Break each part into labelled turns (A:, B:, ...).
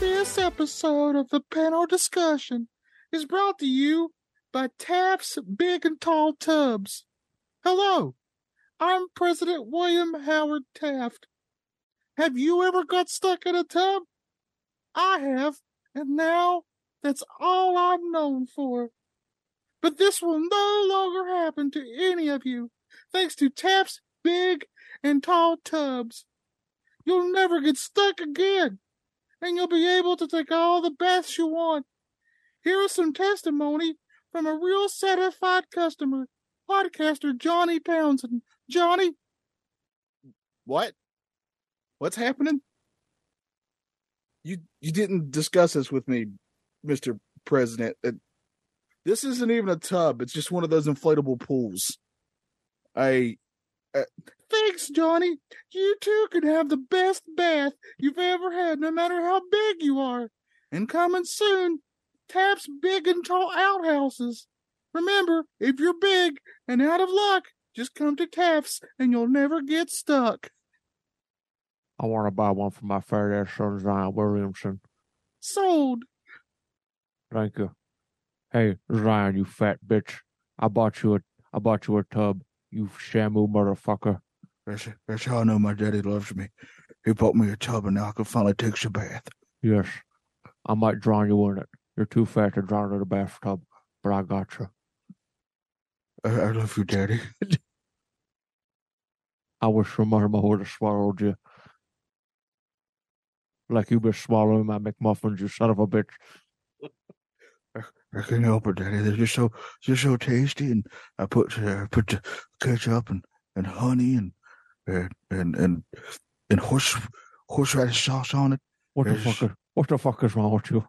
A: This episode of the panel discussion is brought to you by Taft's Big and Tall Tubs. Hello, I'm President William Howard Taft. Have you ever got stuck in a tub? I have, and now that's all I'm known for. But this will no longer happen to any of you, thanks to Taft's Big and Tall Tubs. You'll never get stuck again and you'll be able to take all the baths you want. Here is some testimony from a real satisfied customer, podcaster Johnny Townsend. Johnny, what? What's happening?
B: you you didn't discuss this with me, Mr. President. Uh, This isn't even a tub. It's just one of those inflatable pools. I uh,
A: Thanks, Johnny. You too can have the best bath you've ever had, no matter how big you are. And coming soon, Taps Big and Tall Outhouses. Remember, if you're big and out of luck, just come to Taps and you'll never get stuck.
C: I want to buy one for my fat ass son, Zion Williamson.
A: sold.
C: Thank you. Hey, Zion, you fat bitch. I bought you a, I bought you a tub. You shamu motherfucker.
B: that's, that's how I know my daddy loves me. He bought me a tub, and now I can finally take a bath.
C: Yes, I might drown you in it. You're too fat to drown in a bathtub, but I got you.
B: I, I love you, daddy.
C: I wish your mama would have swallowed you. Like you've been swallowing my McMuffins, you son of a bitch.
B: I can't help it, daddy. They're just so just so tasty, and I put uh, put the ketchup and and honey and and and and, and horse horseradish sauce on it.
C: What the
B: Yes.
C: fuck? Is, what the fuck is wrong with you?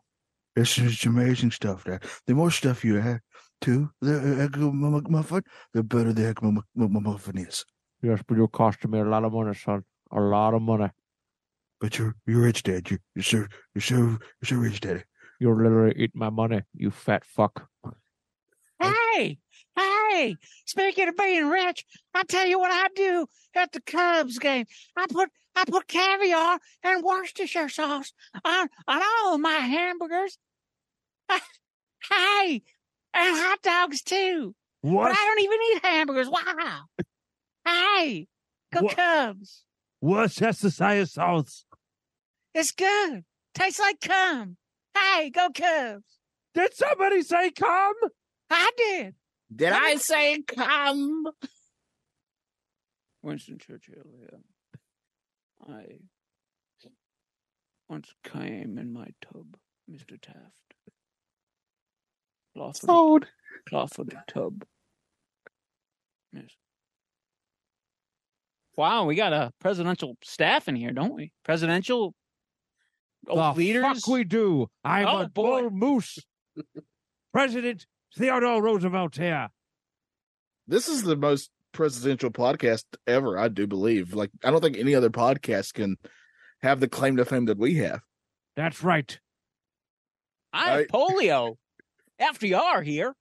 B: It's just amazing stuff, Dad. The more stuff you add to the uh, egg McMuffin, the better the egg McMuffin is.
C: Yes, but you're costing me a lot of money, son. A lot of money.
B: But you're you're rich, Dad. You you're so you're so you're so rich, Daddy.
C: You're literally eating my money, you fat fuck.
D: Hey, hey, speaking of being rich, I tell you what I do at the Cubs game. I put I put caviar and Worcestershire sauce on, on all of my hamburgers. hey, and hot dogs too. But
C: What?
D: I don't even eat hamburgers. Wow. Hey, go
C: What?
D: Cubs.
C: Worcestershire sauce.
D: It's good. Tastes like cum. Hey, go Cubs.
C: Did somebody say come?
D: I did.
A: Did I say come?
E: Winston Churchill. Yeah. I once came in my tub, Mr. Taft. Clawford,
A: Sold.
E: Clawford tub. Yes. Wow, we got a presidential staff in here, don't we? Presidential
C: the
E: old leaders.
C: fuck we do. I'm
E: Oh,
C: a
E: boy.
C: bull moose. President Theodore Roosevelt here.
B: This is the most presidential podcast ever, I do believe. Like I don't think any other podcast can have the claim to fame that we have.
C: That's right.
E: I have
B: I-
E: polio. FDR here.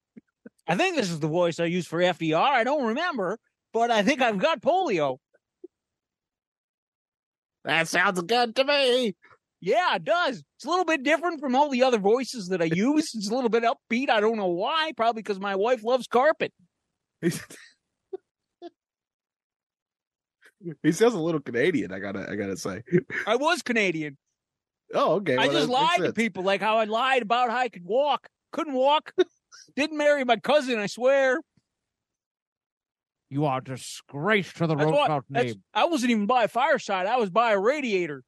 E: I think this is the voice I use for FDR. I don't remember, but I think I've got polio.
A: That sounds good to me.
E: Yeah, it does. It's a little bit different from all the other voices that I use. It's a little bit upbeat. I don't know why. Probably because my wife loves carpet.
B: he sounds a little Canadian, I gotta I gotta say.
E: I was Canadian.
B: Oh, okay.
E: I
B: well,
E: just
B: that makes
E: lied to
B: sense.
E: people, like how I lied about how I could walk, couldn't walk, didn't marry my cousin. I swear.
C: You are a disgrace to the
E: That's what-
C: Roosevelt
E: That's,
C: name.
E: I wasn't even by a fireside. I was by a radiator.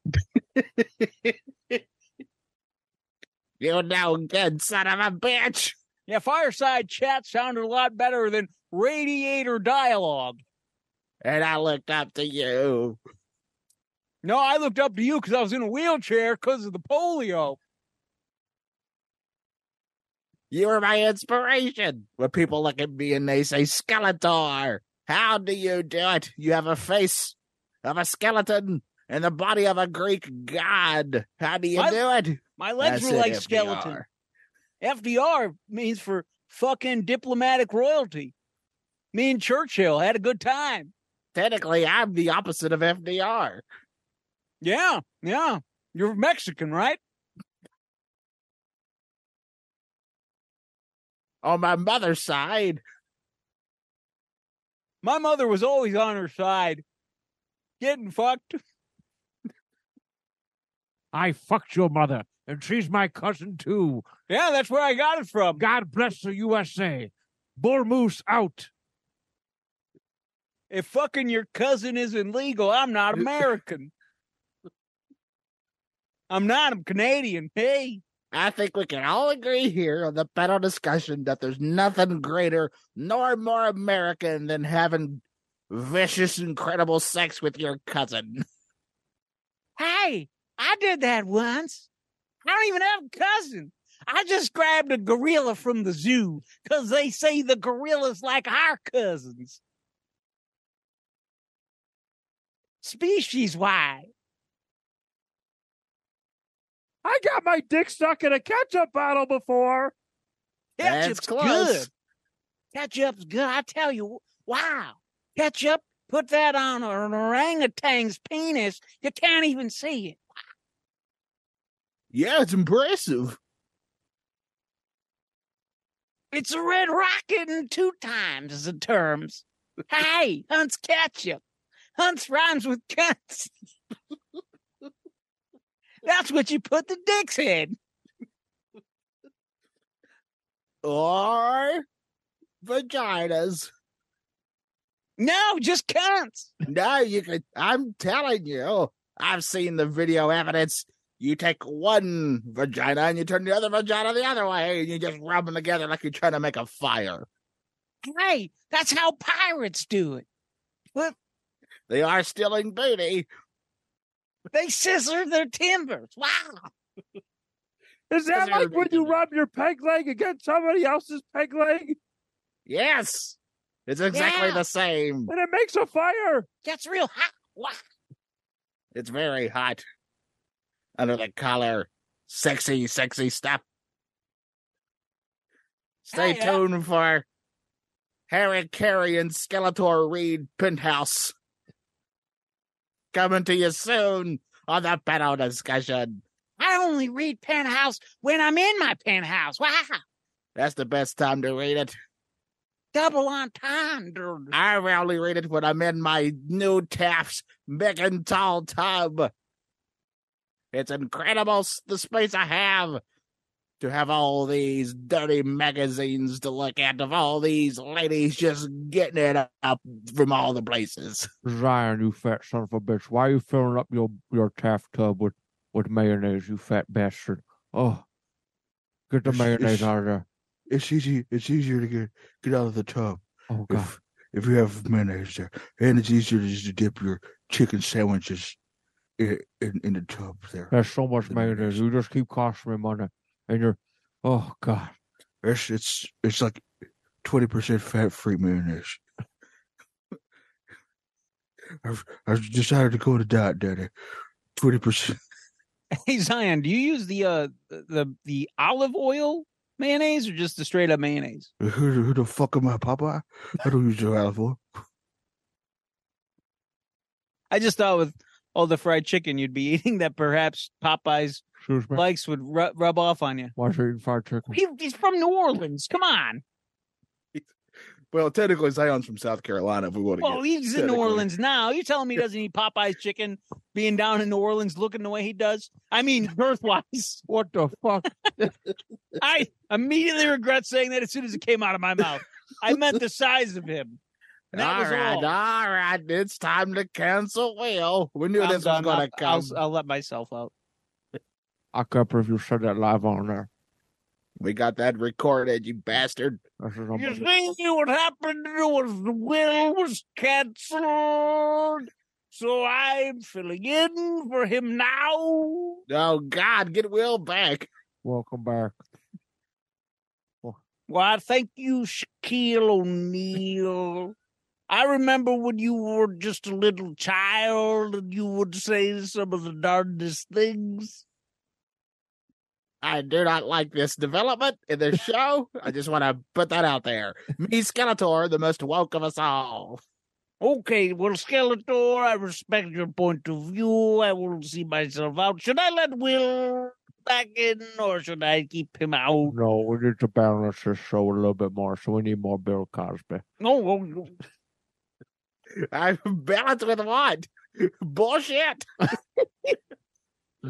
A: You no good son of a bitch.
E: Yeah, fireside chat sounded a lot better than radiator dialogue.
F: And I looked up to you.
E: No, I looked up to you because I was in a wheelchair because of the polio.
F: You were my inspiration. When people look at me and they say, Skeletor, how do you do it? You have a face of a skeleton and the body of a Greek god. How do you
E: I-
F: do it?
E: My legs
F: That's
E: were
F: it,
E: like
F: FDR.
E: skeleton. FDR means for fucking diplomatic royalty. Me and Churchill had a good time.
F: Technically, I'm the opposite of FDR.
E: Yeah, yeah. You're Mexican, right?
F: On my mother's side,
E: My mother was always on her side, getting fucked.
C: I fucked your mother, and she's my cousin too.
E: Yeah, that's where I got it from.
C: God bless the USA. Bull moose out.
E: If fucking your cousin isn't legal, I'm not American. I'm not. I'm Canadian. Hey,
F: I think we can all agree here on the panel discussion that there's nothing greater nor more American than having vicious, incredible sex with your cousin.
E: hey, I did that once. I don't even have a cousin. I just grabbed a gorilla from the zoo because they say the gorilla's like our cousins. Species wise.
C: I got my dick stuck in a ketchup bottle before.
E: Ketchup's good. Ketchup's good. I tell you, wow. Ketchup, put that on an orangutan's penis. You can't even see it.
B: Yeah, it's impressive.
E: It's a red rocket in two times is the terms. hey, Hunt's ketchup. Hunt's rhymes with cunts. That's what you put the dick's head.
F: Or vaginas.
E: No, just cunts.
F: No, you could. I'm telling you, I've seen the video evidence. You take one vagina and you turn the other vagina the other way, and you just rub them together like you're trying to make a fire.
E: Hey, that's how pirates do it.
F: They are stealing booty.
E: They scissor their timbers. Wow.
C: Is that
F: Those are
C: like when you
F: ridiculous.
C: rub your peg leg against somebody else's peg leg
F: Yes, it's exactly
E: Yeah.
F: the same.
C: and it makes a fire?
E: That's real hot. Wow.
F: It's very hot under the collar. Sexy, sexy stuff. Stay
E: Hiya.
F: tuned for Harry Carey and Skeletor Reed Penthouse. Coming to you soon on the panel discussion.
E: I only read penthouse when I'm in my penthouse. Wow.
F: That's the best time to read it.
E: Double entendre.
F: I rarely read it when I'm in my new Taft's big and tall tub. It's incredible s- the space I have to have all these dirty magazines to look at of all these ladies just getting it up from all the places.
C: Zion, you fat son of a bitch. Why are you filling up your, your taff tub with, with mayonnaise, you fat bastard? Oh, get the
B: Ish,
C: mayonnaise
B: ish.
C: out of there.
B: It's easy. It's easier to get get out of the tub
C: Oh, God.
B: if if you have mayonnaise there, and it's easier to just dip your chicken sandwiches in in, in the tub there.
C: There's so much
B: the
C: mayonnaise.
B: mayonnaise.
C: You just keep costing me money. And you're, oh, God.
B: It's it's it's like twenty percent fat free mayonnaise. I've I've decided to go to diet, Daddy. Twenty percent.
E: Hey Zion, do you use the uh the the olive oil mayonnaise or just the straight up mayonnaise?
B: Who, the- who the fuck am I, Papa? I don't use your olive oil.
E: I just thought with all the fried chicken you'd be eating that perhaps Popeye's
C: Excuse me.
E: likes would ru- rub off on you.
C: Why are you eating fried chicken?
E: He, he's from New Orleans. Come on.
B: Well, technically, Zion's from South Carolina. If we want
E: Well, he's in New
B: Technically.
E: Orleans now. You telling me he doesn't eat Popeye's chicken being down in New Orleans looking the way he does? I mean, birthwise.
C: What the fuck?
E: I immediately regret saying that as soon as it came out of my mouth. I meant the size of him. That
F: all
E: was
F: right,
E: all.
F: all right. It's time to cancel Will. We knew
E: I'm
F: this was
E: done.
F: going to
E: I'll,
F: come.
E: I'll, I'll let myself out.
C: I can't believe you said that live on there.
F: We got that recorded, you bastard.
C: This is a
G: You
C: mother-
G: see, what happened was the will was cancelled, so I'm filling in for him now.
F: Oh God, get Will back.
C: Welcome back.
G: Why, thank you, Shaquille O'Neal. I remember when you were just a little child and you would say some of the darndest things.
F: I do not like this development in this show. I just want to put that out there. Me, Skeletor, the most woke of us all.
G: Okay, well, Skeletor, I respect your point of view. I will see myself out. Should I let Will back in or should I keep him out?
C: No, we need to balance this show a little bit more, so we need more Bill Cosby.
G: No, well,
F: I'm balanced with what? Bullshit.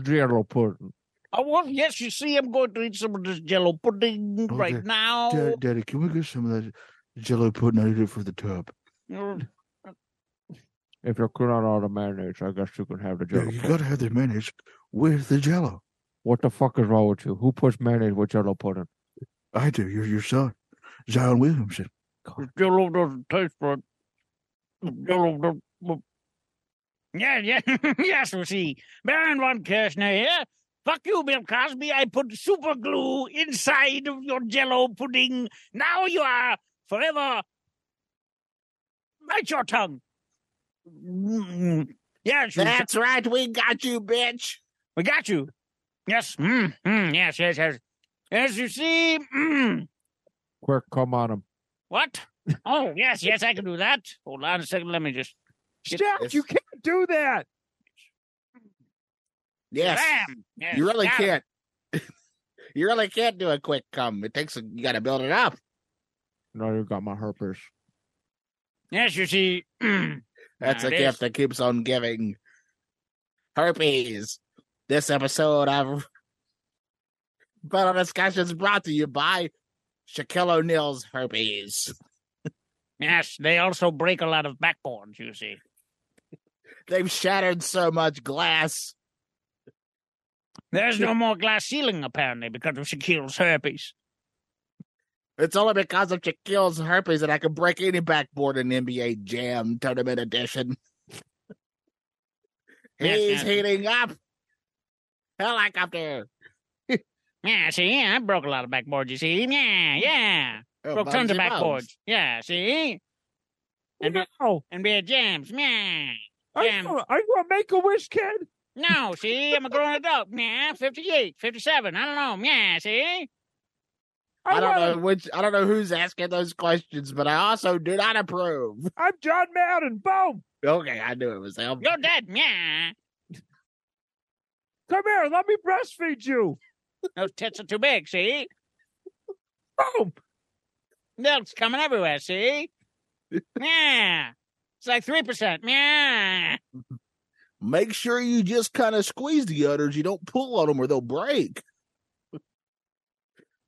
C: Zero pudding.
G: Oh, well, yes, you see, I'm going to eat some of this jello pudding
B: Okay.
G: right now.
B: Dad, Daddy, can we get some of that jello pudding I did for the tub?
G: Mm,
C: If you're good on all the mayonnaise, I guess you can have the
B: Yeah,
C: jello.
B: you
C: pudding.
B: gotta have the mayonnaise with the jello.
C: What the fuck is wrong with you? Who puts mayonnaise with jello pudding?
B: I do. You're your son, Zion Williamson.
G: the jello doesn't taste right. The Jello don't. well- Yeah, yeah, yes, we see. Baron von Kirshner here. Fuck you, Bill Cosby. I put super glue inside of your jello pudding. Now you are forever. Bite your tongue. Mm, Yes, you
F: That's right. We got you, bitch.
G: We got you. Yes. Mm, mm, yes, yes, yes. As you see, mm,
C: Quick, come on him.
G: what? Oh, yes, yes, I can do that. Hold on a second. Let me just.
F: Yes.
E: Steph, you can't do that.
F: Yes.
G: Bam! Yes,
F: You really
G: got it.
F: can't. you really can't do a quick come. It takes. A, you got to build it up.
C: Now you got my herpes.
G: Yes, you see. Mm,
F: That's
G: Now
F: a
G: it
F: gift
G: is.
F: that keeps on giving. Herpes. This episode of Battle Discussions brought to you by Shaquille O'Neal's herpes.
G: Yes, they also break a lot of backboards, you see.
F: They've shattered so much glass.
G: There's no more glass ceiling, apparently, because of Shaquille's herpes.
F: It's only because of Shaquille's herpes that I can break any backboard in NBA Jam Tournament Edition.
G: Yes,
F: He's
G: yes.
F: heating up. Helicopter.
G: Yeah, see, I broke a lot of backboards, you see. Yeah, yeah.
F: Oh,
G: Broke tons of
F: Bugsy Bones.
G: backboards. Yeah, see? And be,
E: No.
G: and be a jams. Yeah.
E: Are
G: Jam.
E: you, a- are you a make a wish kid?
G: No, see, I'm a grown adult. Yeah, 58, 57. I don't know. Yeah, see?
E: I,
F: I don't
E: wanna-
F: know which I don't know who's asking those questions, but I also do not approve.
E: I'm John Madden. Boom.
F: Okay, I knew it was him.
G: You're dead. Yeah.
E: Come here. Let me breastfeed you.
G: Those tits are too big, see?
E: Boom.
G: Milk's coming everywhere, see? Yeah. It's like 3%. Yeah.
F: Make sure you just kind of squeeze the udders. You don't pull on them or they'll break.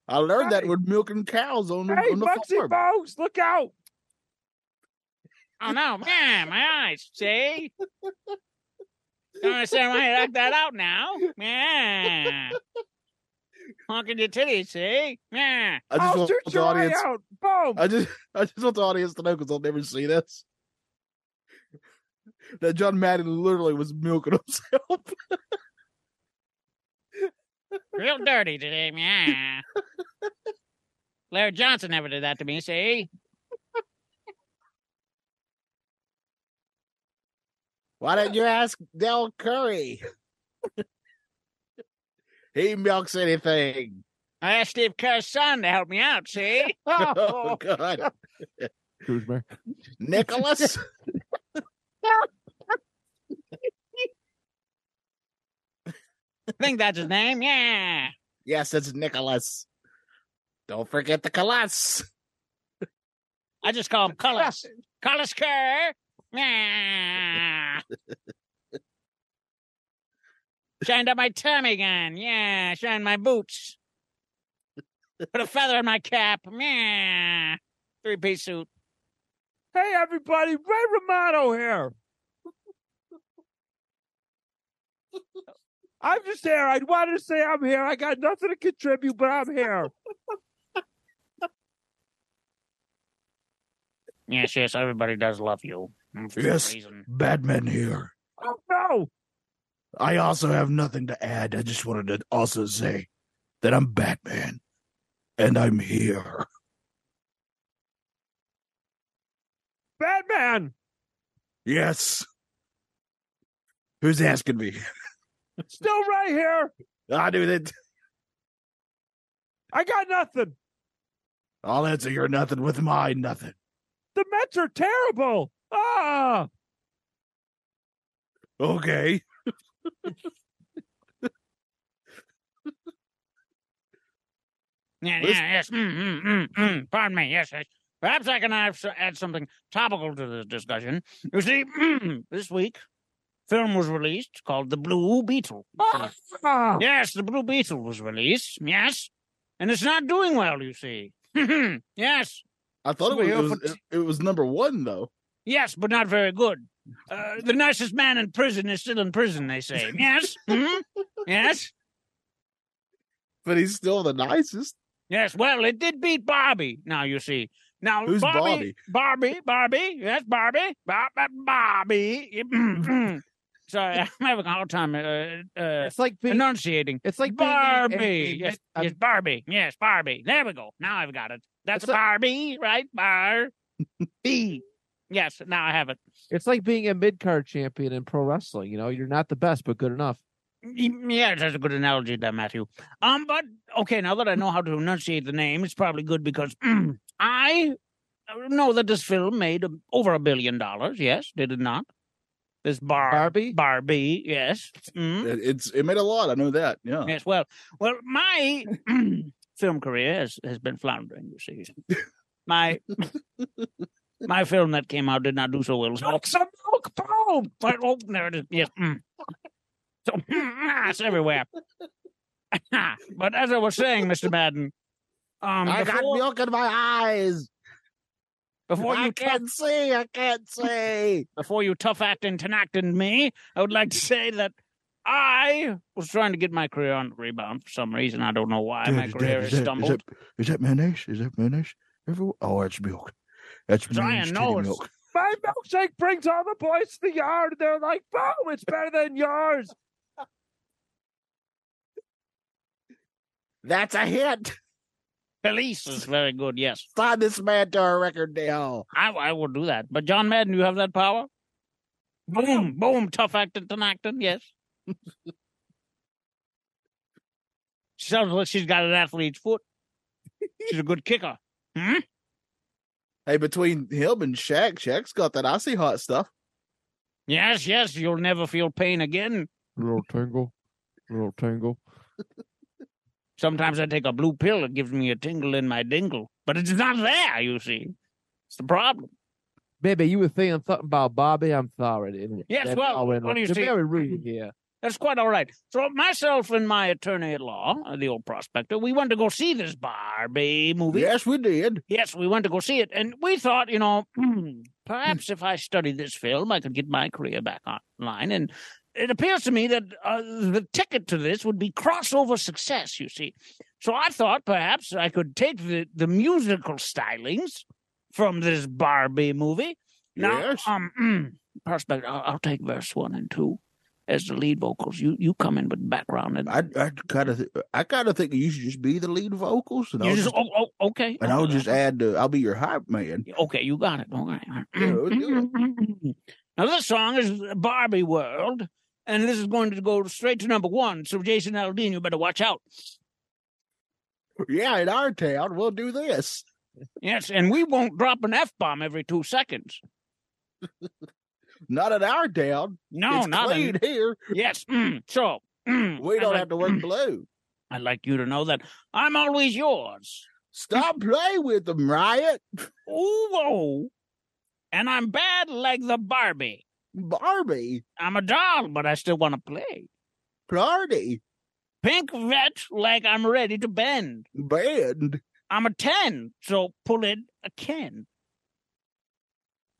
F: I learned that
E: Hey.
F: with milking cows on, the
E: Hey,
F: on the
E: Bugsy
F: farm.
E: Bones, look out.
G: Oh, no. Yeah, my eyes, see? Don't understand why you knocked that out now. Yeah. Honking your titties, see? Yeah.
F: I just
E: I'll
F: want
E: shoot
F: the
E: your
F: audience.
E: eye out. Boom.
F: I just I just want the audience to know because they'll never see this. That John Madden literally was milking himself.
G: Real dirty today, yeah. Larry Johnson never did that to me, see?
F: Why don't you ask Del Curry? he milks anything.
G: I asked Steve Kerr's son to help me out, see?
F: Oh God,
C: Excuse me.
F: Nicholas.
G: I think that's his name, yeah.
F: Yes, it's Nicholas. Don't forget the Colossus.
G: I just call him Cullis. Cullis Kerr. Yeah. Shined up my tummy gun, yeah. Shined my boots. Put a feather in my cap, yeah. Three piece suit.
E: Hey, everybody. Ray Romano here.
H: I'm just here. I wanted to say I'm here. I got nothing to contribute, but I'm here.
G: Yes, yes, everybody does love you. And For
B: Yes.
G: some reason.
B: Batman here.
H: Oh no!
B: I also have nothing to add. I just wanted to also say that I'm Batman and I'm here.
H: Batman!
B: Yes. Who's asking me?
H: Still right here!
B: I do that.
H: I got nothing!
B: I'll answer your nothing with my nothing.
H: The Mets are terrible! Ah!
B: Okay.
G: Yeah,
B: Listen-
G: yeah, yes. Mm, mm, mm, mm. Pardon me. Yes, yes. Perhaps I can have- add something topical to this discussion. You see, this week, film was released called The Blue Beetle.
H: Ah!
G: Yes, The Blue Beetle was released. Yes. And it's not doing well, you see. yes.
I: I thought it was, it
G: Superhero
I: was
G: pot-
I: it, it was number one though.
G: Yes, but not very good. Uh, the nicest man in prison is still in prison, they say. Yes. Mhm. Yes.
I: But he's still the nicest.
G: Yes, well, it did beat Barbie. Now you see. Now
I: Who's
G: Barbie, Barbie, Barbie. Yes, Barbie, Barbie, Barbie. Sorry, I'm having a hard time uh, uh,
J: It's like being,
G: enunciating.
J: it's like being a- a-
G: Barbie.
J: a-
G: yes,
K: Um,
J: a-
G: yes, Barbie. Yes, Barbie. There we go. Now I've got it. That's
J: It's like-
G: Barbie, right? Barbie. yes, now I have it.
J: It's like being a mid card champion in pro wrestling. You know, you're not the best, but good enough.
G: Yeah, that's a good analogy there, Matthew. Um, but okay, now that I know how to enunciate the name, it's probably good because mm, I uh, know that this film made um, over a billion dollars. Yes, did it not? This bar
J: Barbie?
G: Barbie, yes.
F: Hmm?
G: Mm,
I: It, it's it made a lot. I know that. Yeah.
G: Yes, well, well, my film career has, has been floundering. You see, my my film that came out did not do so well. So
H: Milk some milk foam!
G: but oh, there it is. Yes. Mm. So ah, it's everywhere. but as I was saying, Mr. Madden, um,
I: I got
G: before,
I: milk in my eyes.
G: before
I: I
G: you tough,
I: can't see. I can't see.
G: before you tough act and ten act in me, I would like to say that I was trying to get my career on the rebound for some reason. I don't know why my
B: Dad,
G: career
B: Dad,
G: has stumbled.
B: That, is that mayonnaise? Is that mayonnaise? Everyone, oh, that's milk. That's
G: Zion
B: mayonnaise titty
G: knows.
B: milk.
H: My milkshake brings all the boys to the yard and they're like, boom, it's better than yours.
I: That's a hit.
G: Felice is very good. Yes,
I: Sign this man to a record deal.
G: I, I will do that. But John Madden, you have that power. Boom, boom, tough acting, ten acting. Yes. Sounds like she's got an athlete's foot. She's a good kicker. Hmm?
I: Hey, between him and Shaq, Shaq's got that. I see hot stuff.
G: Yes, yes, you'll never feel pain again.
K: Little tingle, little tingle.
G: Sometimes I take a blue pill, it gives me a tingle in my dingle. But it's not there, you see. It's the problem.
J: Baby, you were thinking something about Bobby. I'm sorry.
G: Yes, well, what do you
J: you're
G: see?
J: very rude here.
G: That's quite all right. So myself and my attorney at law, uh, the old prospector, we went to go see this Barbie movie.
I: Yes, we did.
G: Yes, we went to go see it, and we thought, you know, hmm, perhaps if I study this film, I could get my career back online. And it appears to me that uh, the ticket to this would be crossover success. You see, so I thought perhaps I could take the the musical stylings from this Barbie movie. Now,
I: Yes.
G: um, prospect, I'll, I'll take verse one and two as the lead vocals. You you come in with background, and
B: I, I kind of, th- I kind of think you should just be the lead vocals, and
G: you
B: I'll
G: just,
B: just,
G: oh, oh okay,
B: and I'll
G: okay.
B: just add, the, I'll be your hype man.
G: Okay, you got it. Okay.
B: Yeah, we'll do
G: Now this song is Barbie World, and this is going to go straight to number one. So Jason Aldean, you better watch out.
I: Yeah, in our town, we'll do this.
G: Yes, and we won't drop an f bomb every two seconds.
I: Not in our town.
G: No,
I: it's
G: not
I: clean
G: in-
I: here.
G: yes. mm, so mm,
I: We
G: I'd
I: don't
G: like-
I: have to work blue.
G: I'd like you to know that I'm always yours.
I: Stop playing with them, Riot.
G: Ooh, whoa. and I'm bad like the Barbie.
I: Barbie,
G: I'm a doll, but I still want to play.
I: Party,
G: Pink vet, like I'm ready to bend.
I: Band.
G: I'm a 10, so pull it a can.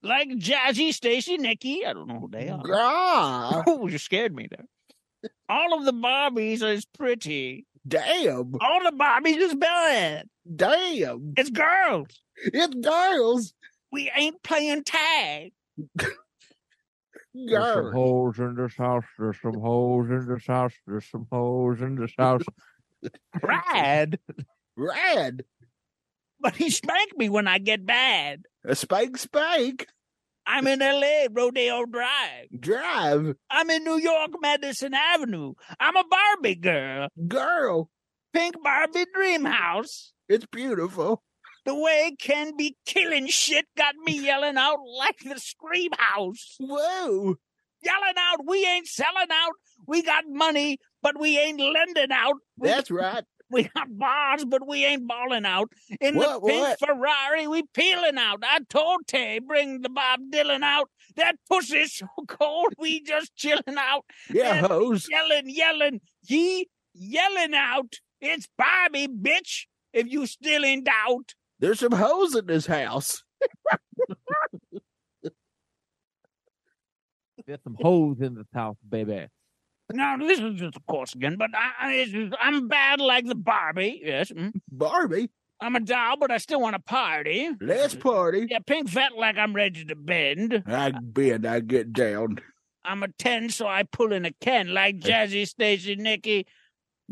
G: Like Jazzy, Stacy, Nikki, I don't know who they are.
I: Grah.
G: Oh, you scared me there. All of the Barbies is pretty.
E: Damn.
G: All the Barbies is bad.
E: Damn.
G: It's girls.
E: It's girls.
G: We ain't playing tag.
C: There's some
E: Girls.
C: holes in this house. There's some holes in this house. There's some holes in this house.
G: Ride.
E: Rad.
G: But he spanked me when I get bad.
E: A spike spike.
G: I'm in LA, Rodeo Drive.
E: Drive.
G: I'm in New York, Madison Avenue. I'm a Barbie girl.
E: Girl.
G: Pink Barbie Dream House.
E: It's beautiful.
G: The way Ken be killing shit got me yelling out like the Scream House.
E: Whoa.
G: Yelling out, we ain't selling out. We got money, but we ain't lending out. We
E: That's right.
G: We got bars, but we ain't balling out. In
E: What,
G: the pink
E: what?
G: Ferrari, we peeling out. I told Tay, bring the Bob Dylan out. That pussy's so cold, we just chilling out.
E: Yeah,
G: And-
E: hoes.
G: Yelling, yelling, ye yelling out. It's Bobby, bitch, if you still in doubt.
E: There's some hoes in this house.
C: There's some holes in this house, baby.
G: Now, this is just of course again, but I, I, it's just- I'm bad like the Barbie. Yes, mm.
E: Barbie.
G: I'm a doll, but I still want to party.
E: Let's
G: Mm-hmm.
E: party.
G: Yeah, pink fat like I'm ready to bend.
E: I bend, I get down.
G: I'm a 10, so I pull in a can like Jazzy Stacy Nicky.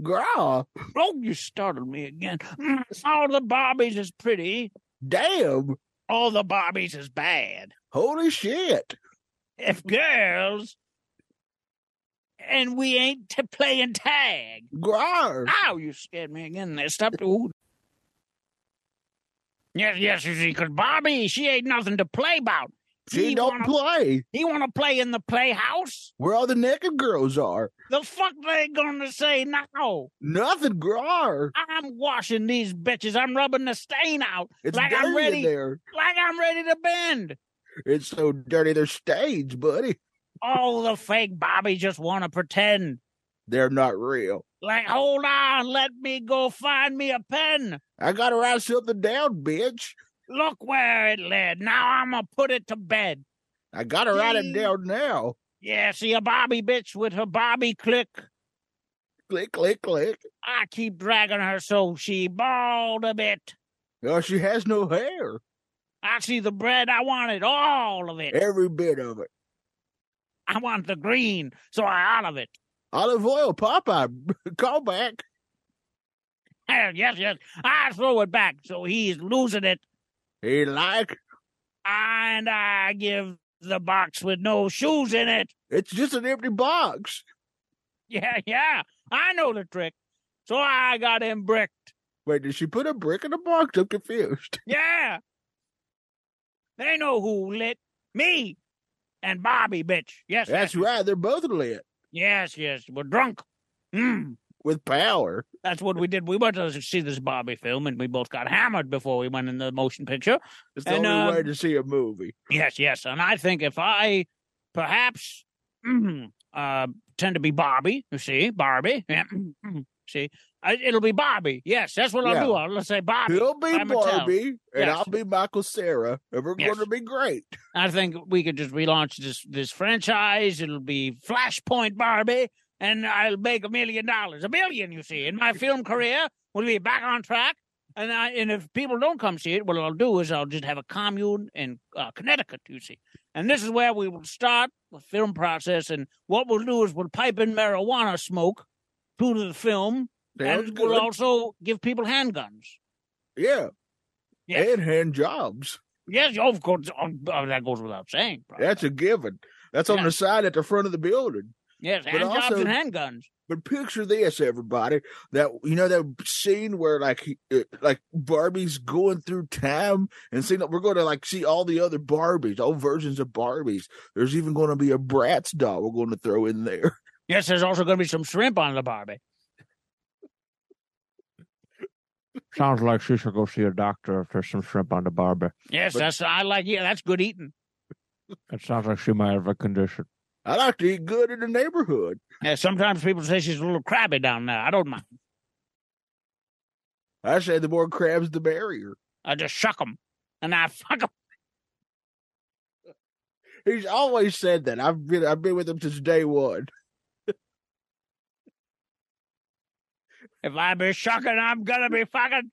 E: Girl.
G: Oh, you startled me again. Mm, All the Barbies is pretty.
E: Damn.
G: All the Barbies is bad.
E: Holy shit.
G: If girls, and we ain't t- playing tag.
E: Girl.
G: Ow, you scared me again there. Stop. Ooh. Yes, yes, you see, because Bobby, she ain't nothing to play about.
E: She
G: he
E: don't
G: wanna-
E: play.
G: He want to play in the playhouse?
E: Where all the naked girls are.
G: The fuck they going to say now?
E: Nothing, girl.
G: I'm washing these bitches. I'm rubbing the stain out.
E: It's
G: Like I'm
E: dirty
G: ready.
E: in there.
G: Like I'm ready to bend.
E: It's so dirty. They're staged, buddy.
G: All the fake Bobby just want to pretend.
E: They're not real.
G: Like, hold on, let me go find me a pen.
E: I gotta write something down, bitch.
G: Look where it led. Now I'm going to put it to bed.
E: I gotta write it
G: Ding.
E: down now.
G: Yeah, see a Bobby bitch with her Bobby click.
E: Click, click, click.
G: I keep dragging her so she bald a bit.
E: Oh, she has no hair.
G: I see the bread. I want it, all of it.
E: Every bit of it.
G: I want the green, so I all of it.
E: Olive oil, Popeye, call back.
G: Hell, yes, yes. I throw it back, so he's losing it.
E: He like
G: and I give the box with no shoes in it.
E: it's just an empty box.
G: Yeah, yeah, I know the trick. So I got him bricked.
E: Wait, did she put a brick in the box? I'm confused.
G: Yeah. They know who lit me and Bobby, bitch. Yes,
E: That's
G: yes,
E: right. They're both lit
G: yes, yes. We're drunk. Mm,
E: with power.
G: that's what we did. We went to see this Bobby film, and we both got hammered before we went in the motion picture.
E: It's the
G: And,
E: only
G: um,
E: way to see a movie.
G: Yes, yes. And I think if I perhaps mm, uh, tend to be Bobby, you see, Barbie, yeah, see, I, it'll be Bobby. Yes, that's what
E: Yeah.
G: I'll do. I'll let's say Bobby.
E: He'll be
G: I'm a towel.
E: Barbie, and
G: Yes.
E: I'll be Michael Sarah, and we're
G: Yes.
E: going to be great.
G: I think we could just relaunch this this franchise. It'll be Flashpoint Barbie, and I'll make a million dollars, a billion, you see, and my film career will be back on track. And I, and if people don't come see it, what I'll do is I'll just have a commune in uh, Connecticut, you see, and this is where we will start the film process. And what we'll do is we'll pipe in marijuana smoke to the film,
E: Sounds
G: and
E: good.
G: we'll also give people handguns.
E: yeah.
G: Yes.
E: And hand jobs.
G: Yes, of course, oh, oh, that goes without saying. probably.
E: That's a given. That's on
G: Yeah.
E: the sign at the front of the building.
G: yes,
E: but
G: hand jobs
E: also-
G: and handguns.
E: But picture this, everybody. That you know that scene where like he- uh, like Barbie's going through time and seeing that we're going to like see all the other Barbies, all versions of Barbies. There's even going to be a Bratz doll we're going to throw in there.
G: Yes, there's also going to be some shrimp on the Barbie.
C: Sounds like she should go see a doctor if there's some shrimp on the Barbie.
G: Yes,
E: But-
G: that's I like. Yeah, that's good eating.
C: It sounds like she might have a condition.
E: I like to eat good in the neighborhood.
G: Yeah, sometimes people say she's a little crabby down there. I don't mind.
E: I say the more crabs, the merrier.
G: I just shuck them and I fuck 'em.
E: He's always said that. I've been I've been with him since day one.
G: If I be shucking, I'm gonna be fucking.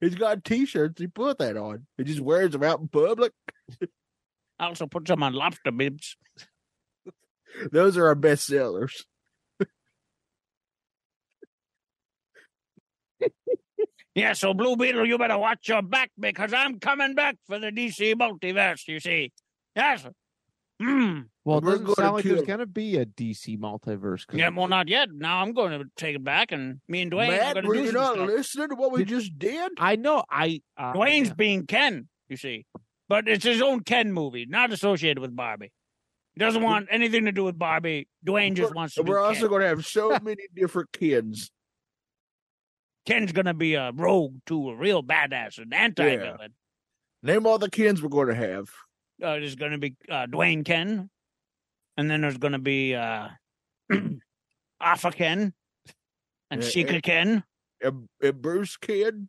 I: He's got T-shirts. He put that on. He just wears them out in public.
G: I also put some on lobster bibs.
I: Those are our best sellers.
G: Yeah, so Blue Beetle, you better watch your back because I'm coming back for the DC multiverse. You see, yes. Hmm.
C: Well, it
I: We're
C: doesn't
I: gonna
C: sound like there's
I: kill-
C: gonna be a DC multiverse. 'cause
G: Yeah, well, not yet. Now I'm going to take it back, and me and Dwayne are
I: Matt,
G: going to
I: were
G: do
I: you
G: some
I: not
G: stuff.
I: listening to what we just did?
C: I know. I uh,
G: Dwayne's
C: yeah.
G: being Ken, you see, but it's his own Ken movie, not associated with Barbie. He doesn't want anything to do with Barbie. Dwayne just wants to.
I: We're
G: be
I: also
G: Ken.
I: going to have so many different kids.
G: Ken's going to be a rogue to a real badass, an anti-villain.
I: Name all the kids we're going to have.
G: uh, there's going to be uh, Dwayne Ken, and then there's going to be uh, Alpha Ken, and
I: Yeah,
G: Sika
I: yeah.
G: Ken,
I: And, and Bruce Kid.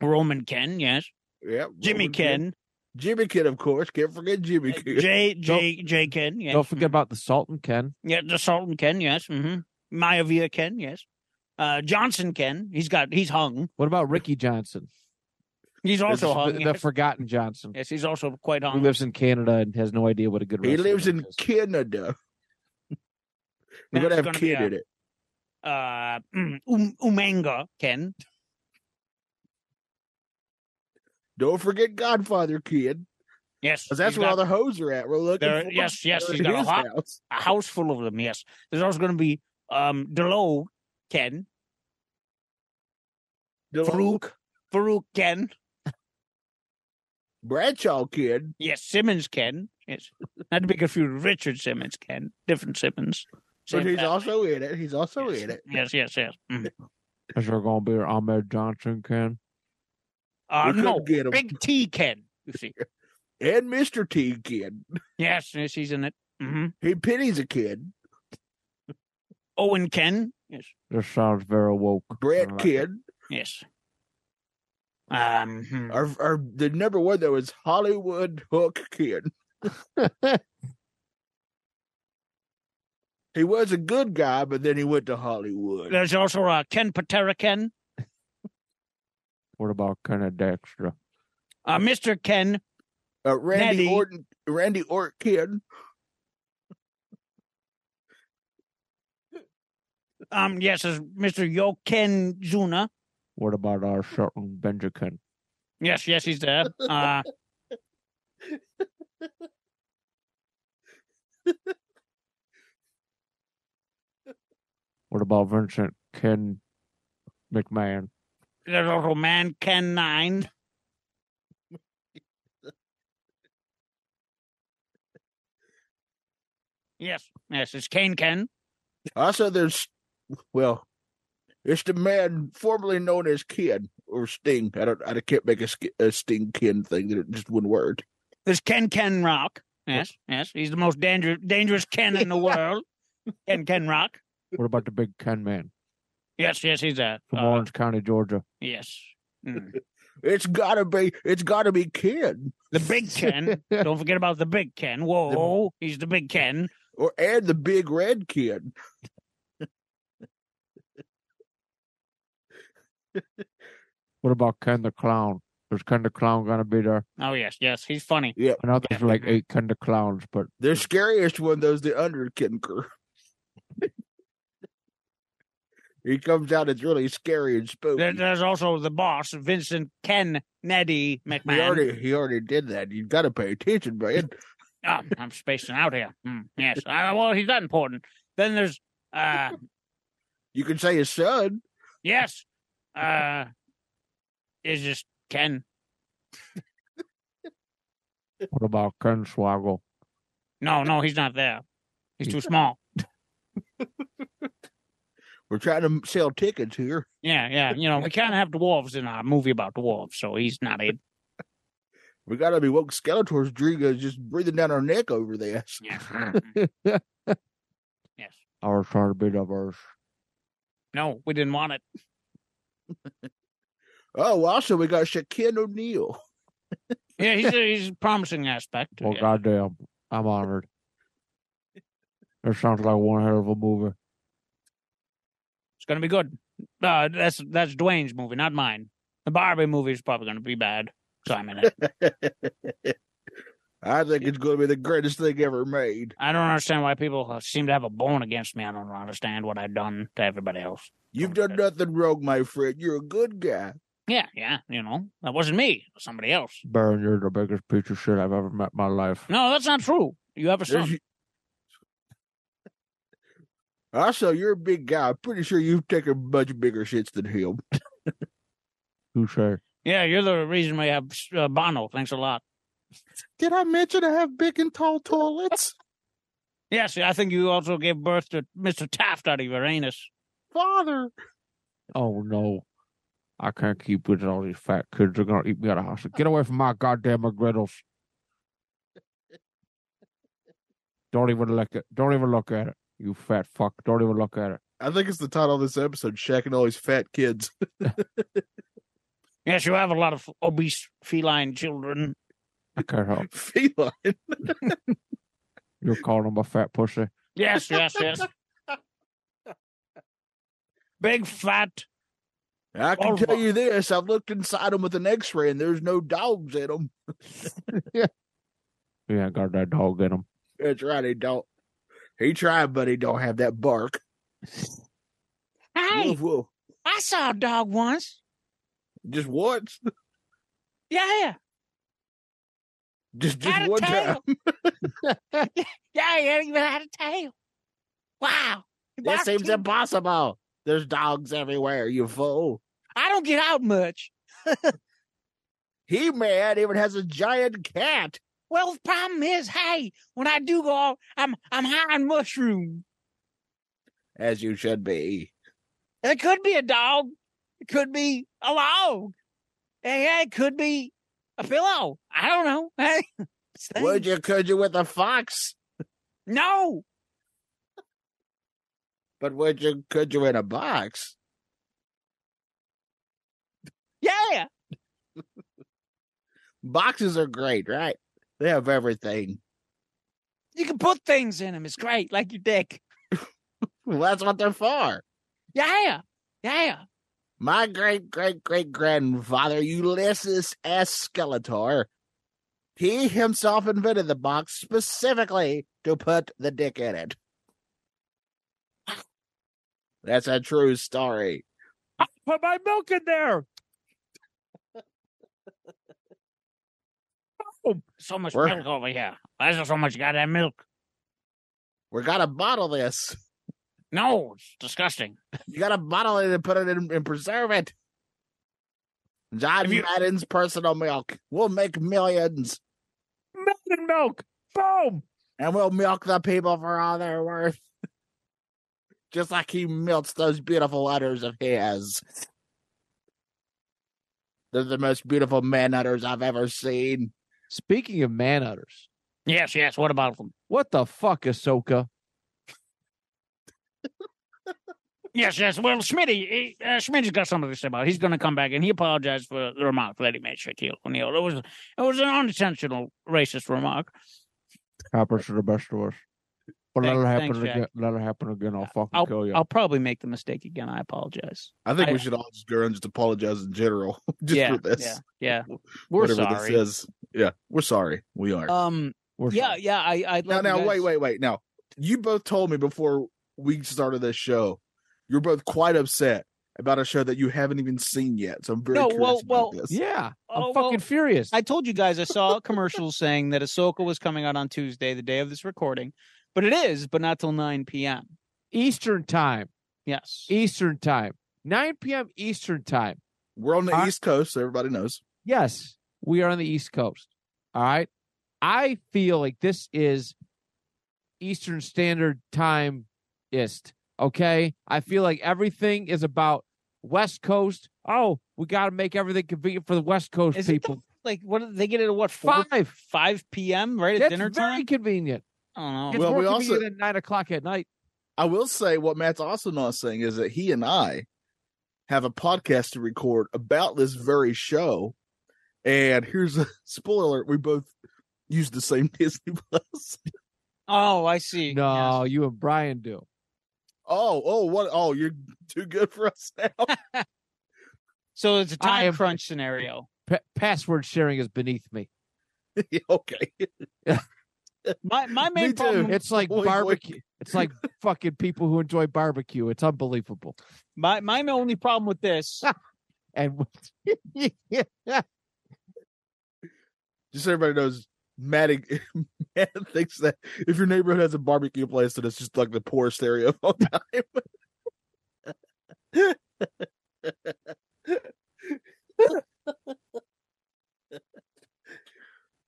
G: Roman Ken, yes,
I: Yeah.
G: Jimmy
I: Roman Kid.
G: Ken,
I: Jimmy Kid, of course. Can't forget Jimmy
G: uh,
I: Kid.
G: J J J Ken, yes,
C: Don't forget about the Sultan Ken.
G: yeah, the Sultan Ken, yes, mm-hmm. Maivia Ken, yes, uh, Johnson Ken, he's got he's hung,
C: What about Ricky Johnson?
G: he's also
C: the,
G: hung,
C: the
G: yes.
C: forgotten Johnson
G: Yes, he's also quite
C: who
G: hung.
C: lives in Canada and has no idea what a good.
I: He
C: wrestler
I: lives in
C: is.
I: Canada. We're
G: Now
I: going to
G: there's
I: have
G: gonna
I: Kid
G: be a-
I: in it.
G: uh, um, Umanga Ken,
I: Don't forget Godfather Kid.
G: yes,
I: 'cause that's
G: he's
I: where
G: got-
I: all the hoes are at. We're looking
G: There-
I: for 'em.
G: yes, yes,
I: They're
G: he's
I: in
G: got a
I: his
G: hot-
I: house.
G: a house full of them. Yes, there's also going to be um Delo Ken,
I: They're all-
G: Farouk, Farouk Ken,
I: Bradshaw Kid.
G: yes, Simmons Ken. Yes, not to be confused with Richard Simmons Ken, different Simmons.
I: But
G: Same
I: he's
G: family.
I: also in it. He's also
G: yes.
I: in it.
G: Yes, yes, yes. Mm.
C: Is there gonna be an Ahmed Johnson Ken?
G: Uh,
I: couldn't
G: no,
I: get him.
G: Big T Ken. You see,
I: And Mr. T Kid.
G: yes, yes, he's in it. hmm
I: He pities a kid.
G: Owen Ken. Yes,
C: This sounds very woke.
I: Brett
C: I like
I: Kid.
G: yes. Um, hmm.
I: Our, our the number one though is Hollywood Hook Kid. he was a good guy, but then he went to Hollywood.
G: there's also uh, Ken Patera Ken,
C: What about Ken of Dexter?
G: uh, Mister Ken,
I: Uh, Randy
G: Nettie.
I: Orton, Randy Ort Kid.
G: um, yes, there's Mister Yo Ken Zuna.
C: What about our certain Benja Ken?
G: Yes, yes, he's there. Uh,
C: What about Vincent Ken McMahon?
G: there's also man Ken Nine. yes, yes, it's Kane Ken.
I: Also, there's well, it's the man formerly known as Kid or Sting. I don't, I can't make a, sk- a Sting Kid thing. That just one word.
G: There's Ken Ken Rock. Yes, yes, he's the most dangerous dangerous Ken in the world. Ken Ken Rock.
C: What about the big Ken man
G: Yes, yes, he's there.
C: from
G: Uh,
C: Orange County, Georgia?
G: yes, Mm.
I: It's gotta be, it's gotta be Kid
G: the big Ken. Don't forget about the big Ken. Whoa, he's the big Ken.
I: or and the Big Red Kid.
C: What about Ken the Clown? Is Ken the Clown gonna be there?
G: Oh yes, yes, he's funny.
C: I know there's like eight Ken the Clowns, but
I: The scariest one, though, is the Underkinker. he comes out, it's really scary and spooky.
G: There, there's also the boss, Vincent Ken Neddy
I: he
G: McMahon.
I: already, he already did that. You've got to pay attention, man.
G: Oh, I'm spacing out here. Mm, yes. Uh, well, he's not important. Then there's, uh,
I: You can say his son.
G: yes. Uh, it's just Ken.
C: what about Ken Swaggle?
G: No, no, he's not there. He's too small.
I: We're trying to sell tickets here.
G: Yeah, yeah. You know, we can't have dwarves in our movie about dwarves, so he's not it.
I: We got to be woke. Skeletor's Drigo's just breathing down our neck over this.
G: Yes. yes.
C: Our trying to be diverse.
G: No, we didn't want it.
I: Oh, also, we got Shaquille O'Neal.
G: Yeah, he's a, he's a promising aspect.
C: Well,
G: Yeah.
C: goddamn, I'm honored. That sounds like one hell of a movie.
G: It's going to be good. Uh, that's that's Dwayne's movie, not mine. The Barbie movie is probably going to be bad, so I'm in it.
I: I think it's going to be the greatest thing ever made.
G: I don't understand why people uh, seem to have a bone against me. I don't understand what I've done to everybody else.
I: You've done nothing wrong, my friend. You're a good guy.
G: Yeah, yeah, you know that wasn't me. It was somebody else.
K: Baron, you're the biggest piece of shit I've ever met in my life.
G: No, that's not true. You have a son.
I: There's- Also, you're a big guy. I'm pretty sure you've taken much bigger shits than him.
K: You say,
G: Yeah, you're the reason we have uh, Bono. Thanks a lot.
A: Did I mention I have big and tall toilets?
G: Yes, I think you also gave birth to Mr. Taft out of your anus.
A: Father,
K: oh no, I can't keep with all these fat kids. They're going to eat me out of house. Get away from my goddamn McGriddles. Don't even look at Don't even look at it. You fat fuck. Don't even look at it.
I: I think it's the title of this episode, Shaq and all his fat kids.
G: Yes, you have a lot of obese feline children.
K: I can't help.
I: Feline.
K: You're calling him a fat pussy.
G: Yes, yes, yes. Big fat.
I: I can
G: All
I: tell
G: right.
I: you this. I've looked inside them with an x-ray and there's no dogs in them.
K: You ain't got that dog in him.
I: That's right, he don't. He tried, but he don't have that bark.
E: Hey,
I: Woof, woof.
E: I saw a dog once.
I: Just once.
E: Yeah,
I: Just just
E: had a
I: one time.
E: tail. yeah, yeah, even had a tail. Wow. He
I: That
E: barked
I: seems
E: too.
I: impossible. There's dogs everywhere, you fool.
E: I don't get out much.
I: He man even has a giant cat.
E: Well, the problem is, hey, when I do go out, I'm I'm high on mushroom.
I: As you should be.
E: It could be a dog. It could be a log. Yeah, Yeah, it could be a pillow. I don't know. Hey, it's things.
I: Would you could you with a fox?
E: No,
I: But would you could you in a box?
E: yeah,
I: Boxes are great, right? They have everything.
E: you can put things in them. It's great, like your dick.
I: Well, that's what they're for.
E: Yeah, yeah.
I: My great great great grandfather, Ulysses S. Skeletor, he himself invented the box specifically to put the dick in it. That's a true story.
H: I put my milk in there.
G: So much
I: Where-
G: milk over here. Why is there so much goddamn milk?
I: We gotta bottle this.
G: No, it's disgusting.
I: You gotta bottle it and put it in and preserve it. John
G: If you-
I: Madden's personal milk. We'll make millions
H: Milk and milk. Boom.
I: and we'll milk the people for all they're worth. Just like he milks those beautiful udders of his. They're the most beautiful man udders I've ever seen.
K: Speaking of man udders,
G: Yes, yes. What about them?
K: what the fuck, Ahsoka?
G: Yes, yes. Well, Smitty, he- uh, Smitty's got something to say about. it. He's going to come back and he apologized for the remark that he made, Shaquille O'Neal. It was it was an unintentional racist remark.
K: Happens to the best of us. But let it
G: Thanks-
K: happen
G: thanks,
K: again. Let it happen again. I'll fucking
G: I'll,
K: kill you.
G: I'll probably make the mistake again. I apologize.
I: I think
G: I-
I: we should all just go and just apologize in general. Just
G: yeah,
I: for this.
G: yeah, yeah. We're
I: Whatever
G: sorry.
I: this is. Yeah. We're sorry. We are.
G: Um.
K: We're
G: Yeah,
K: sorry.
G: yeah. I. I
I: Now,
G: love you
I: now, wait,
G: guys.
I: wait, wait. Now, you both told me before we started this show, you're both quite upset about a show that you haven't even seen yet. So I'm very
G: No,
I: curious
G: well-
I: about
G: well,
I: this.
K: Yeah,
G: Oh,
K: I'm
G: well,
K: fucking furious.
G: I told you guys I saw commercials saying that Ahsoka was coming out on Tuesday, the day of this recording, but it is, but not till 9 p.m.
K: Eastern time.
G: Yes.
K: Eastern time. 9 p.m. Eastern time.
I: We're on the
K: I-
I: East Coast, so everybody knows.
K: Yes, we are on the East Coast. All right. I feel like this is Eastern Standard Time ist. Okay. I feel like everything is about West Coast. Oh, we got to make everything convenient for the West Coast
G: Is it
K: people.
G: Like, what did they get it at what? 4
K: Five.
G: 5 p.m. right at
K: That's
G: dinner
K: very
G: time?
K: convenient.
G: I don't
K: It's
G: know.
I: Oh, Well,
K: more
I: we also-
K: convenient at nine o'clock at night.
I: I will say what Matt's also not saying is that he and I have a podcast to record about this very show. And here's a spoiler alert, we both use the same Disney Plus.
G: Oh, I see.
K: No, you and Brian do.
I: Oh, oh, what? Oh, you're too good for us now.
J: So it's a
K: I
J: time
K: am-
J: crunch scenario.
K: Pa- password sharing is beneath me.
I: Yeah, okay.
J: My my
I: Me
J: main
I: too.
J: problem
K: It's like
I: Boy, boy.
K: barbecue. It's like fucking people who enjoy barbecue. It's unbelievable.
J: my my only problem with this
K: And
I: Just so everybody knows, Matt, Matt thinks that if your neighborhood has a barbecue place, then it's just like the poorest area of all time.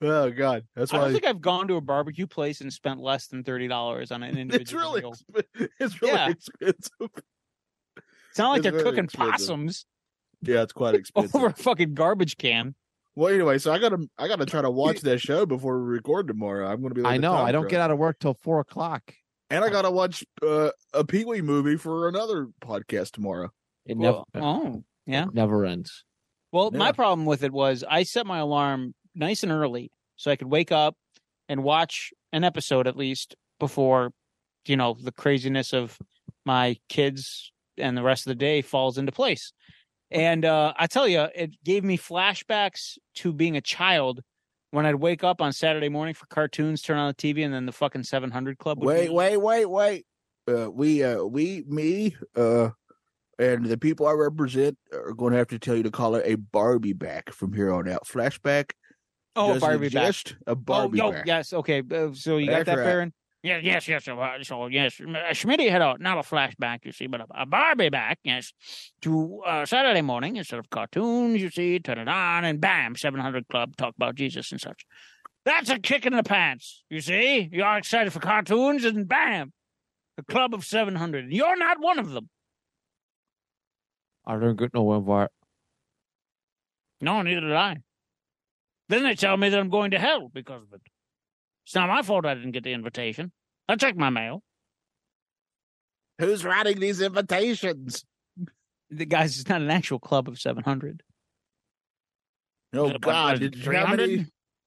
I: oh God, that's
J: I
I: why
J: don't think I've gone to a barbecue place and spent less than thirty dollars on an individual
I: it's really
J: meal.
I: exp- it's really
J: Yeah.
I: expensive.
J: It's not like
I: it's
J: they're
I: very
J: cooking
I: expensive.
J: possums
I: Yeah, it's quite expensive.
J: over a fucking garbage can.
I: Well, anyway, so I gotta I gotta try to watch that show before we record tomorrow. I'm gonna be. Like
K: I
I: a
K: know I
I: time
K: don't
I: crunch.
K: get out of work till four o'clock.
I: and I gotta watch uh, a Pee Wee movie for another podcast tomorrow.
K: It
J: Well,
K: never
J: oh, yeah.
K: never ends.
J: Well,
I: Yeah.
J: my problem with it was I set my alarm nice and early so I could wake up and watch an episode at least before, you know, the craziness of my kids and the rest of the day falls into place. And uh, I tell you, it gave me flashbacks to being a child when I'd wake up on Saturday morning for cartoons, turn on the TV, and then the fucking 700 Club. Would
I: Wait,
J: be-
I: wait, wait, wait. Uh, we, uh, we, me, uh, and the people I represent are going to have to tell you to call it a Barbie back from here on out. Flashback.
J: Oh,
I: doesn't
J: Barbie back.
I: exist, A Barbie
J: oh, yo,
I: back.
J: yes, okay. uh, So you
I: That's
J: got that,
I: right.
J: Baron? Yeah, yes, yes. So, uh, so yes, Schmidt had a not a flashback, you see, but a, a Barbie back, yes, to uh, Saturday morning instead of cartoons, you see. Turn it on, and bam, seven hundred Club talk about Jesus and such. That's a kick in the pants, you see. You're excited for cartoons, and bam, the Club of Seven Hundred. You're not one of them.
K: I don't get no one for it.
J: No, neither did I. Then they tell me that I'm going to hell because of it. It's not my fault I didn't get the invitation. I checked my mail.
I: Who's writing these invitations?
J: the guys it's not an actual club of 700
I: Oh
J: Is it a bunch-
I: God!
J: is it
I: Did, how
J: 300?
I: many?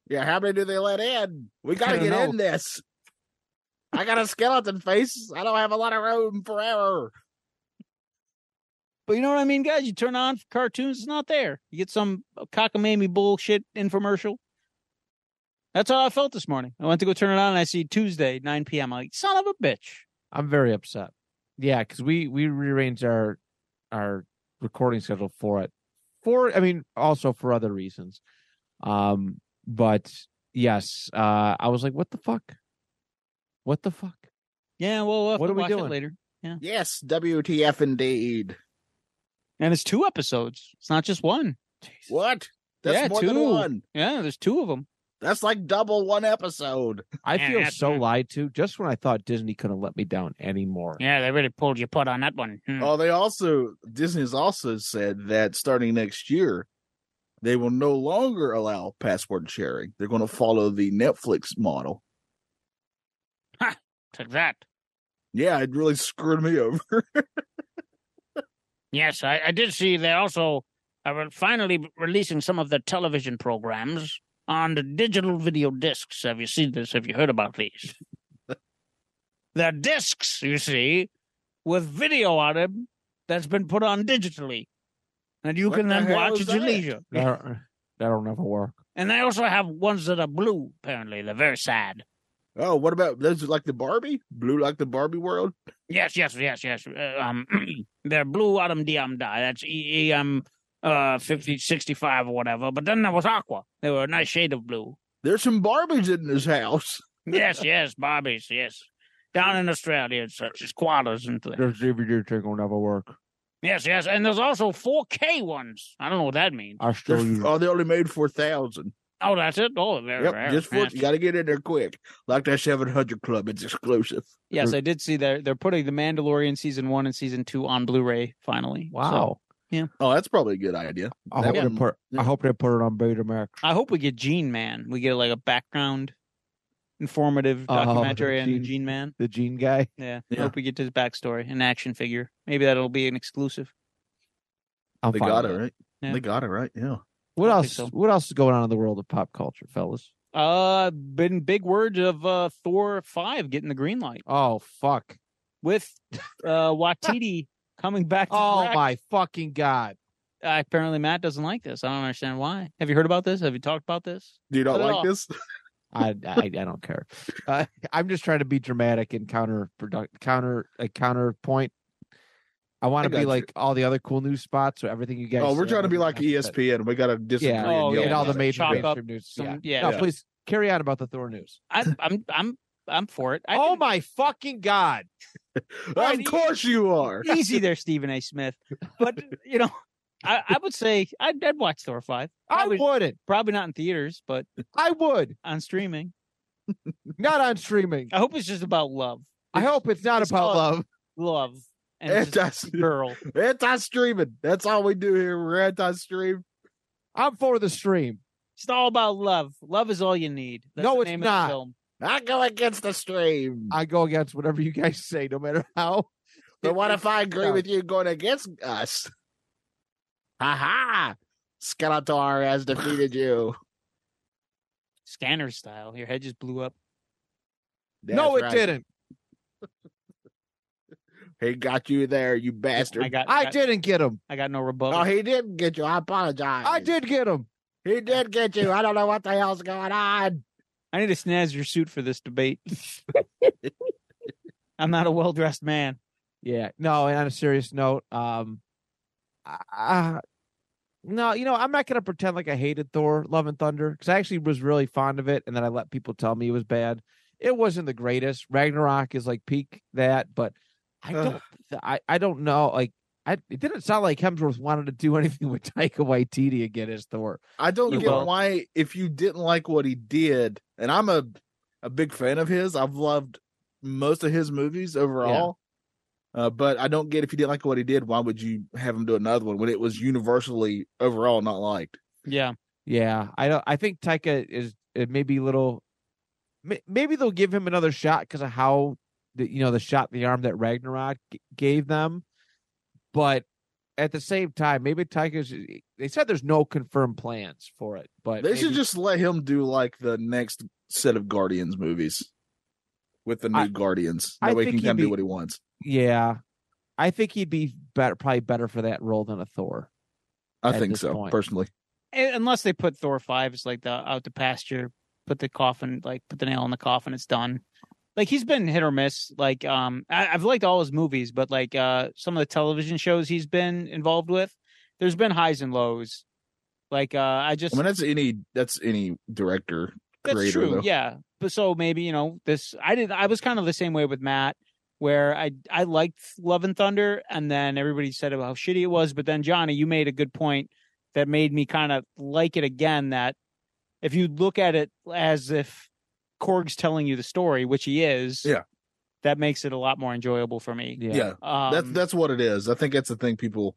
I: Yeah, how many do they let in? We
J: I
I: gotta
J: don't
I: get
J: know.
I: in this. I got a skeleton face. I don't have a lot of room for error.
J: but you know what i mean guys you turn on cartoons it's not there you get some cockamamie bullshit infomercial that's how i felt this morning i went to go turn it on and i see tuesday 9 p.m i'm like son of a bitch
K: I'm very upset. Yeah, because we we rearranged our our recording schedule for it. For I mean, also for other reasons. Um, but yes, uh, I was like, what the fuck? What the fuck?
J: yeah well, we'll have
K: What
J: to
K: are we
J: watch
K: doing?
J: it later
I: Yes, WTF indeed.
J: and it's two episodes it's not just one
I: What?
J: Yeah,
I: That's more than
J: two.
I: one.
J: yeah there's two of them
I: That's like double one episode.
K: I
J: Yeah,
K: feel
J: that's
K: so
J: right.
K: lied to. Just when I thought Disney couldn't let me down anymore.
J: yeah they really pulled your putt on that one Hmm.
I: Oh, they also Disney's also said that starting next year, they will no longer allow password sharing. They're going to follow the Netflix model.
J: took that
I: Yeah, it really screwed me over.
J: Yes, I, I did see they also are finally releasing some of their television programs on the digital video discs. Have you seen this? Have you heard about these? They're discs, you see, with video on them that's been put on digitally. And you
I: What
J: can
I: the
J: then
I: hell
J: watch
I: is
J: at your
I: that?
J: leisure.
K: That that'll never work.
J: And they also have ones that are blue, apparently. They're very sad.
I: Oh, what about those like the Barbie? Blue like the Barbie world?
J: Yes, yes, yes, yes. Uh, um, they're blue autumn diem dye. That's E E M uh 50, 65 or whatever. But then there was aqua. They were a nice shade of blue.
I: There's some Barbies in this house.
J: Yes, yes, Bobby's, yes. Down in Australia and such as quarters and things.
K: This DVD thing will never work.
J: Yes, yes. And there's also 4K ones. I don't know what that means.
K: I
I: They're,
K: still use.
I: oh, they only made four thousand.
J: Oh, that's it? Oh, very
I: Yep,
J: rare.
I: just four.
J: Yes.
I: You got to get in there quick. Like that seven hundred club, it's exclusive.
J: Yes, I did see that they're putting The Mandalorian season one and season two on Blu ray finally. So,
K: Wow.
I: Oh, that's probably a good idea.
K: I
I: that
K: hope they
I: would've-
K: put. I hope they put it on Betamax.
J: I hope we get Gene Man. We get like a background informative
K: Oh,
J: documentary on
K: Gene-
J: Gene Man.
K: The Gene guy.
J: Yeah. I
I: Yeah.
J: hope we get his backstory, an action figure. Maybe that'll be an exclusive.
K: I'm
I: They
K: fine
I: got
K: with
I: it
K: it.
I: right.
J: Yeah.
I: They got it right. Yeah.
K: What
J: I don't
K: else?
J: think so.
K: What else is going on in the world of pop culture, fellas?
J: Uh been big words of uh Thor five getting the green light.
K: Oh fuck!
J: with uh, Watiti coming back. To
K: Oh
J: track.
K: my fucking god!
J: Uh, apparently, Matt doesn't like this. I don't understand why. Have you heard about this? Have you talked about this?
I: Do you not
J: Not at
I: like
K: uh,
J: all.
I: this?
K: I I, I don't care. Uh, I'm just trying to be dramatic and counter counter a counterpoint. I want to
I: I
K: be
I: got you.
K: like all the other cool news spots or everything you guys.
I: Oh, we're
K: say.
I: trying to be like
K: That's better.
I: ESPN. We got to disagree.
K: Yeah,
I: and
J: Oh,
I: yell
K: and
J: yeah,
K: all
I: about
K: the
J: just
I: it.
K: major
J: chalk
K: mainstream
J: up
K: news.
J: some-
K: yeah.
J: yeah.
K: no,
I: Yeah.
K: please carry on about the Thor news.
J: I, I'm I'm I'm for it. I
K: Oh
J: didn't-
K: my fucking god!
I: Of course you are.
J: easy there, Stephen A. Smith. But you know, I, I would say I'd, I'd watch Thor five.
K: I
J: Probably,
K: wouldn't.
J: probably not in theaters, but
K: I would
J: on streaming.
K: not on streaming.
J: I hope it's just about love,
K: I hope it's not
J: it's
K: about
J: called-
K: love.
J: love, and it's just
I: Anti
J: girl.
I: anti streaming. That's all we do here. We're anti stream.
K: I'm for the stream.
J: It's all about love. Love is all you need. That's
K: No,
J: the
K: it's
J: name
K: not.
J: Of the film.
I: I go against the
F: Hmm.
I: stream.
K: I go against whatever you guys say, no matter how.
I: But what if I agree
K: Yeah.
I: with you going against us? Ha ha! Skeletor has defeated you.
J: Scanner style. Your head just blew up.
K: no,
I: That's
K: it
I: right.
K: didn't.
I: He got you there, you bastard.
J: I got.
K: I Oh,
J: I, got,
K: didn't get him.
J: I got no
I: no,
J: rebuttal.
I: he didn't get you. I apologize.
K: I did get him.
I: He did get you. I don't know what the hell's going on.
J: I need to snazz your suit for this debate. I'm not a well dressed man.
K: Yeah. No, and on a serious note, um I, I- no, you know, I'm not gonna pretend like I hated Thor, Love and Thunder, because I actually was really fond of it, and then I let people tell me it was bad. It wasn't the greatest. Ragnarok is like peak that, but I
I: Ugh.
K: don't I, I don't know. Like I it didn't sound like Hemsworth wanted to do anything with Taika Waititi again as Thor.
I: I don't
J: You
I: get
J: won't.
I: why, if you didn't like what he did, and I'm a a big fan of his. I've loved most of his movies overall. Uh, but I don't get if you didn't like what he did, why would you have him do another one when it was universally overall not liked?
J: Yeah.
K: Yeah, I don't. I think Taika is it may be a little. may- Maybe they'll give him another shot because of how the you know the shot in the arm that Ragnarok g- gave them, but at the same time, maybe Taika's. eh, They said there's no confirmed plans for it, but
I: They should
K: maybe-
I: just let him do like the next set of Guardians movies with the new
K: I-
I: Guardians.
K: I
I: That way he
K: think
I: can
K: he'd
I: kind of
K: be-
I: do what he wants.
K: yeah. I think he'd be better, probably better for that role than a Thor.
I: I
K: at
I: think
K: this
I: so,
K: point.
I: personally.
J: Un- Eh, Unless they put Thor five as like the out to pasture, put the coffin like put the nail in the coffin, it's done. Like he's been hit or miss. Like um I, I've liked all his movies, but like uh some of the television shows he's been involved with, there's been highs and lows. Like uh I just
I: I mean, that's any that's any director.
J: That's
I: creator,
J: true.
I: though.
J: Yeah. But so maybe, you know, this I did I was kind of the same way with Matt where I I liked Love and Thunder and then everybody said about how shitty it was, but then Johnny, you made a good point that made me kind of like it again that if you look at it as if Korg's telling you the story, which he is,
I: Yeah.
J: that makes it a lot more enjoyable for me.
I: Yeah,
K: Yeah,
J: Um,
I: that's that's what it is. I think that's the thing people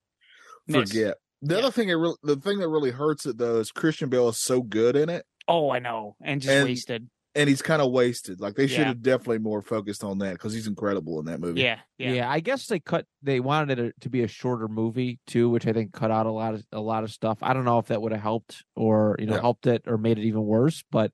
J: miss.
I: forget. The
J: Yeah.
I: other thing, it really, the thing that really hurts it though is Christian Bale is so good in it,
J: Oh, I know. And just
I: And-
J: wasted.
I: and he's kind of wasted. Like they should
J: Yeah.
I: have definitely more focused on that because he's incredible in that movie.
J: Yeah, yeah.
K: yeah. I guess they cut. They wanted it to be a shorter movie too, which I think cut out a lot of a lot of stuff. I don't know if that would have helped or you know
I: Yeah.
K: helped it or made it even worse, but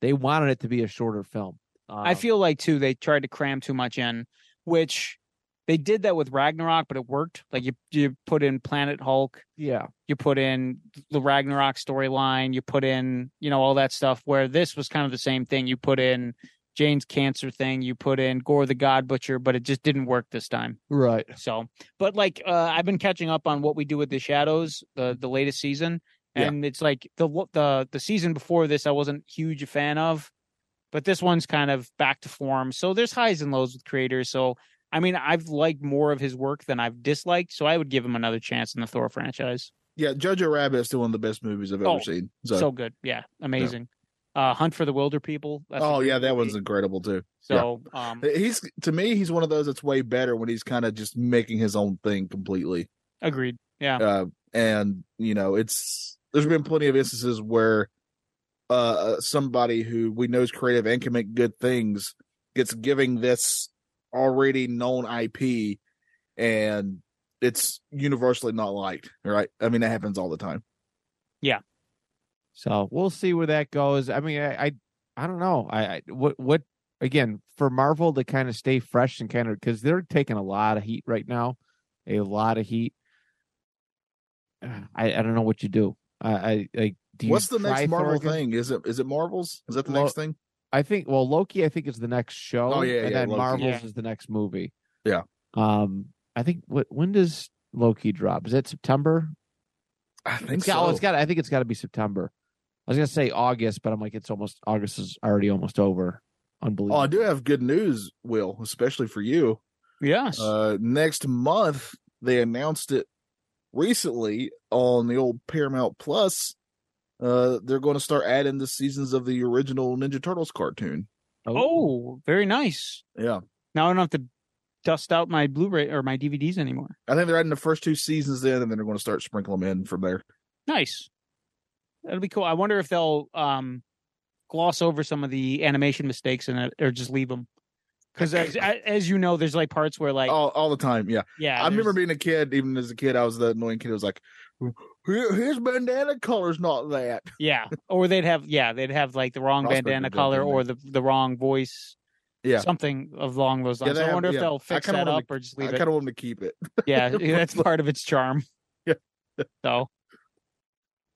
K: they wanted it to be a shorter film.
J: I
K: Um,
J: feel like too they tried to cram too much in, which they did that with Ragnarok, but it worked. Like you you put in Planet Hulk,
K: yeah,
J: you put in the Ragnarok storyline, you put in you know all that stuff. Where this was kind of the same thing. You put in Jane's cancer thing, you put in Gore the God Butcher, but it just didn't work this time.
K: right.
J: So, but like uh, I've been catching up on what we do with the Shadows, the the latest season,
I: Yeah.
J: and it's like the lo- the the season before this I wasn't huge a fan of, but this one's kind of back to form. So there's highs and lows with creators. So I mean I've liked more of his work than I've disliked, so I would give him another chance in the Thor franchise.
I: yeah. Jojo Rabbit is still one of the best movies I've
J: Oh,
I: ever seen.
J: So,
I: So,
J: good, yeah, amazing. Uh, Hunt for the Wilder People. that's a
I: oh
J: great
I: yeah, that
J: movie.
I: one's incredible too.
J: so. Um,
I: He's to me, he's one of those that's way better when he's kind of just making his own thing completely.
J: agreed. Yeah,
I: Uh, and you know, it's there's been plenty of instances where uh somebody who we know is creative and can make good things gets giving this already known IP, and it's universally not liked. Right? I mean, that happens all the time.
K: So we'll see where that goes. I mean, I I, I don't know. I, I what what again for Marvel to kind of stay fresh and kind of because they're taking a lot of heat right now, a lot of heat. Uh, I, I don't know what you do. I, I like. Do you
I: What's the
K: try
I: next Marvel
K: Thorgan?
I: thing? Is it is it Marvels? Is that the
K: Well,
I: next thing?
K: I think well Loki I think is the next show.
I: Oh, yeah,
K: and
I: yeah,
K: then
I: Loki.
K: Marvels
J: Yeah.
K: is the next movie.
I: Yeah.
K: Um I think what when does Loki drop? Is that September?
I: I think
K: It's got, oh, it's got I think it's got to be September. I was going to say August, but I'm like it's almost August is already almost over.
I: Oh,
K: Unbelievable.
I: I do have good news, Will, especially for you.
J: Yes.
I: Uh, next month, they announced it recently on the old Paramount Plus. Uh, they're going to start adding the seasons of the original Ninja Turtles cartoon.
J: oh, very nice.
I: Yeah,
J: Now I don't have to dust out my Blu-ray or my DVDs anymore.
I: I think they're adding the first two seasons then, and then they're going to start sprinkling them in from there.
J: Nice. That'll be cool. I wonder if they'll um, gloss over some of the animation mistakes in it, or just leave them. Because as, as you know, there's like parts where like
I: all, all the time. Yeah,
J: yeah,
I: Oh, I remember
J: there's-
I: being a kid. Even as a kid, I was the annoying kid. who was like, "Here- "His bandana color's not that."
J: yeah, or they'd have yeah they'd have like the wrong
I: Frostbite
J: bandana
I: would do it,
J: color
I: didn't
J: or the the wrong voice.
I: Yeah.
J: something along those
I: Yeah,
J: lines.
I: they
J: I
I: have-
J: wonder if
I: yeah.
J: they'll
I: I
J: fix
I: kinda
J: that
I: wanted
J: up or just
I: I
J: leave it.
I: kind of want to keep it.
J: Yeah, that's part of its charm.
I: Yeah.
J: So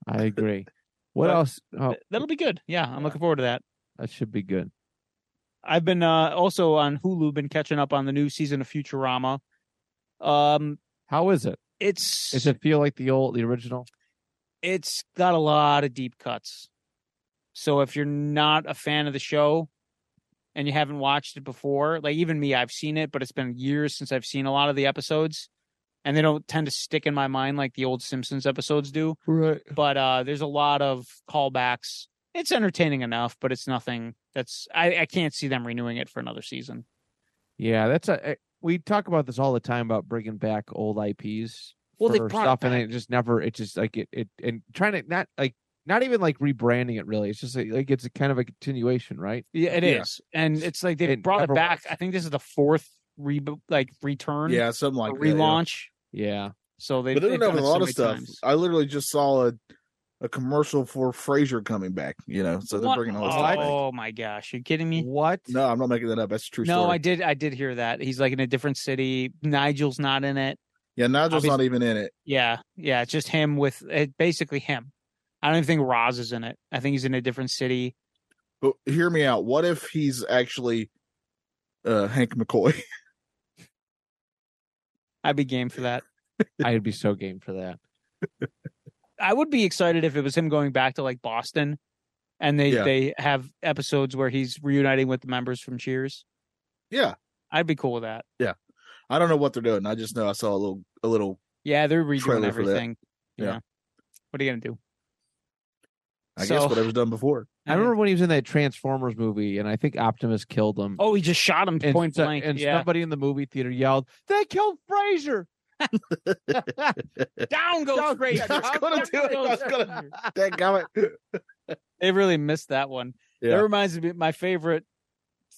K: I agree. What
J: But-
K: else? Oh,
J: th- that'll be good. Yeah, I'm looking forward to that.
K: that should be good.
J: I've been uh, also on Hulu, been catching up on the new season of Futurama. Um,
K: How is it?
J: it's
K: Does it feel like the old the original?
J: it's got a lot of deep cuts. So if you're not a fan of the show and you haven't watched it before, like even me, I've seen it, but it's been years since I've seen a lot of the episodes, and they don't tend to stick in my mind like the old Simpsons episodes do.
K: Right.
J: but uh there's a lot of callbacks. It's entertaining enough, but it's nothing that's I, I can't see them renewing it for another season.
K: Yeah, that's a I- we talk about this all the time about bringing back old IPs.
J: Well, they
K: for
J: brought it
K: stuff and
J: back.
K: it just never. It just like it it and trying to not like not even like rebranding it really. It's just like, like it's a kind of a continuation, right?
J: Yeah, it is,
I: Yeah.
J: And it's like they
K: It
J: brought it
K: never
J: back.
K: was.
J: I think this is the fourth re- like return
I: Yeah, something like
J: or
I: that, yeah.
J: relaunch.
K: Yeah.
J: So they
I: but they're
J: they've
I: doing that
J: done
I: with
J: it
I: a
J: so
I: lot of
J: many
I: stuff.
J: times.
I: I literally just saw a, a commercial for Frasier coming back. You know, so they're
J: What?
I: bringing all this stuff. back.
J: Oh my gosh, you kidding me?
K: What?
I: No, I'm not making that up. That's a true
J: No,
I: story.
J: I did I did hear that. He's like in a different city. Nigel's not in it.
I: yeah, Nigel's not even in it.
J: Yeah, yeah, it's just him with it, basically him. I don't even think Roz is in it. I think he's in a different city.
I: But hear me out. What if he's actually uh, Hank McCoy?
J: I'd be game for that.
K: I'd be so game for that.
J: I would be excited if it was him going back to like Boston and they
I: Yeah.
J: they have episodes where he's reuniting with the members from Cheers.
I: yeah,
J: I'd be cool with that.
I: I don't know what they're doing. I just know I saw a little, a little.
J: Yeah, they're redoing
I: Trailer for that.
J: everything. you
I: Yeah.
J: know. What are you gonna do?
I: I
J: So-
I: guess whatever's done before.
K: I remember when he was in that Transformers movie, and I think Optimus killed him.
J: Oh, he just shot him
K: and,
J: point
K: so-
J: blank.
K: and
J: yeah.
K: somebody in the movie theater yelled, "They killed Fraser!"
J: Down goes
K: Down-
J: Fraser.
I: I was gonna do it. I was gonna- That guy.
J: They really missed that one.
I: Yeah.
J: That reminds me my favorite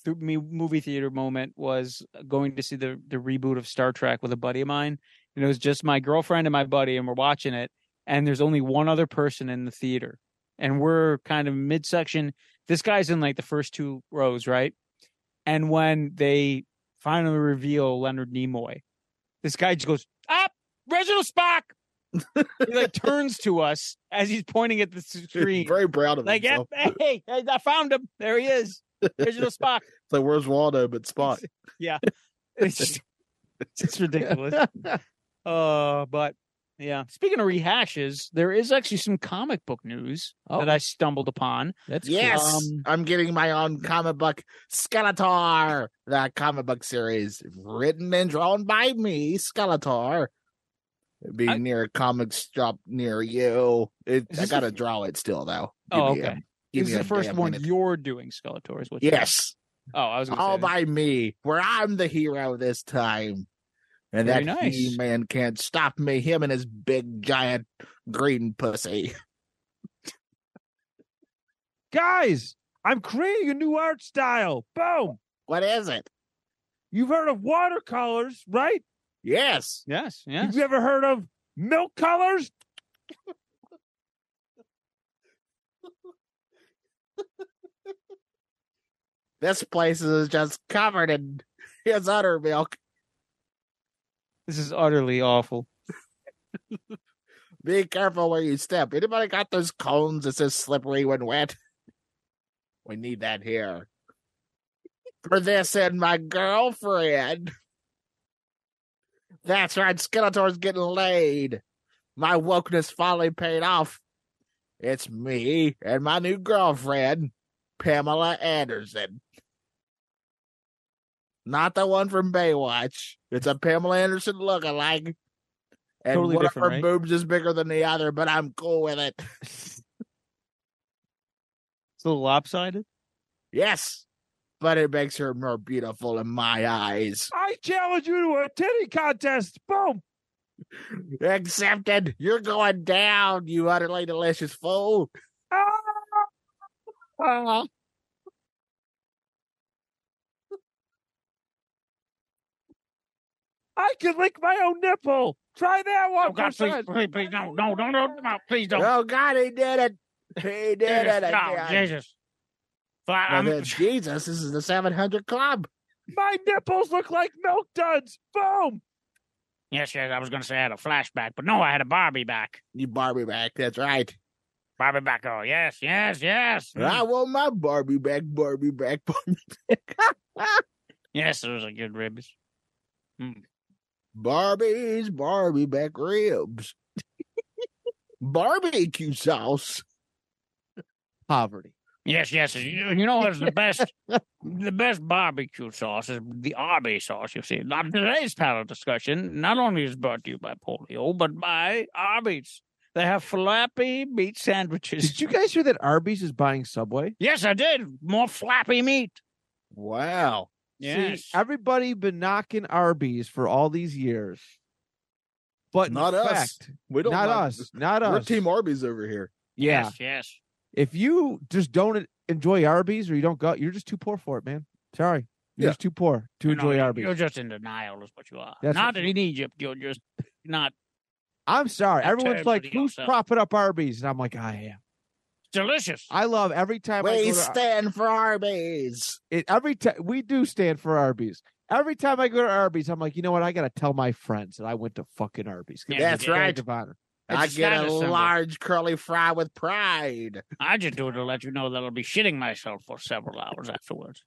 J: through me movie theater moment was going to see the the reboot of Star Trek with a buddy of mine. And it was just my girlfriend and my buddy and we're watching it and there's only one other person in the theater. And we're kind of midsection. This guy's in like the first two rows, right? And when they finally reveal Leonard Nimoy, this guy just goes, Up, Reginald Spock. he like turns to us as he's pointing at the screen
I: Very proud of
J: like,
I: himself.
J: yeah, hey, hey, I found him. There he is. Original Spock.
I: It's like where's Waldo but Spot?
J: It's just, it's just ridiculous. Uh, but yeah. Speaking of rehashes, there is actually some comic book news
K: Oh.
J: that I stumbled upon.
K: That's
J: Yes.
I: I'm getting my own comic book Skeletor, the comic book series written and drawn by me, Skeletor. It'd Be
J: I-
I: near a comic shop near you. It,
J: Is
I: I
J: this
I: gotta draw it still though.
J: Oh,
I: me a-
J: okay.
I: give
J: This
I: me
J: is the
I: a
J: first
I: damn
J: one
I: minute.
J: you're doing, Skeletor. Is what you-
I: Yes,
J: Oh, I was gonna
I: all
J: say that.
I: by me. Where I'm the hero this time, and
J: Very
I: that
J: nice.
I: man can't stop me. Him and his big giant green pussy.
H: Guys, I'm creating a new art style. Boom.
I: What is it?
H: You've heard of watercolors, right?
I: Yes.
J: Yes, yes.
H: Have you ever heard of milk colors?
F: This place is just covered in his udder milk.
J: This is utterly awful.
F: Be careful where you step. Anybody got those cones that says slippery when wet? We need that here. For this and my girlfriend. That's right, Skeletor's getting laid. My wokeness finally paid off. It's me and my new girlfriend, Pamela Anderson. Not the one from Baywatch. It's a Pamela Anderson lookalike. And
J: Totally
F: one of
J: different,
F: her
J: right?
F: boobs is bigger than the other, but I'm cool with it.
J: It's a little lopsided.
F: Yes. But it makes her more beautiful in my eyes.
H: I challenge you to a titty contest. Boom.
F: Accepted. You're going down, you utterly delicious fool.
H: Ah, I can lick my own nipple. Try that one.
G: Oh God,
H: for
G: please,
H: size.
G: please, please, no, no, no, no, no, please don't.
F: Oh, God, he did it. He did
G: Jesus,
F: it
G: no,
F: again.
G: Jesus. um, But
F: Now
G: I'm,
F: then, Jesus, this is the 700 Club.
H: My nipples look like milk duds. Boom.
G: yes, yes, I was going to say I had a flashback, but no, I had a Barbie back.
F: You Barbie back, that's right.
G: Barbie back, oh, yes, yes, yes.
I: I want my Barbie back, Barbie back.
G: Yes, it was a good ribs.
I: Barbie's Barbie back ribs. Barbecue sauce.
K: Poverty.
G: Yes, yes. You you know what's the best? the best barbecue sauce is the Arby sauce. You see, now today's panel discussion not only is brought to you by Polio, but by Arby's. They have flappy meat sandwiches.
K: Did you guys hear that Arby's is buying Subway?
G: Yes, I did. More flappy meat.
I: Wow.
G: Yes.
K: See, everybody been knocking Arby's for all these years, but in
I: Not us.
K: fact,
I: We don't
K: not
I: like-
K: us. Not
I: We're
K: us.
I: Team Arby's over here.
K: yeah.
G: Yes, yes.
K: If you just don't enjoy Arby's or you don't go, you're just too poor for it, man. Sorry. You're
I: Yeah.
K: just too poor to
G: You know,
K: enjoy
G: you're-
K: Arby's.
G: You're just in denial, is what you are.
K: That's
G: not
K: what-
G: in Egypt. You're just not.
K: I'm sorry.
G: You're
K: Everyone's like,
G: terribly
K: who's
G: upset."
K: propping up Arby's? And I'm like, I am.
G: Delicious.
K: I love every time I
F: We
K: go to Ar-
F: stand for Arby's.
K: it, every time we do stand for Arby's. Every time I go to Arby's, I'm like, you know what? I gotta tell my friends that I went to fucking Arby's. 'cause
G: Yeah,
K: it's
F: that's
K: a badge
F: right.
K: of honor.
G: It's
F: I
G: a
F: get a
G: status symbol.
F: large curly fry with pride.
G: I just do it to let you know that I'll be shitting myself for several hours afterwards.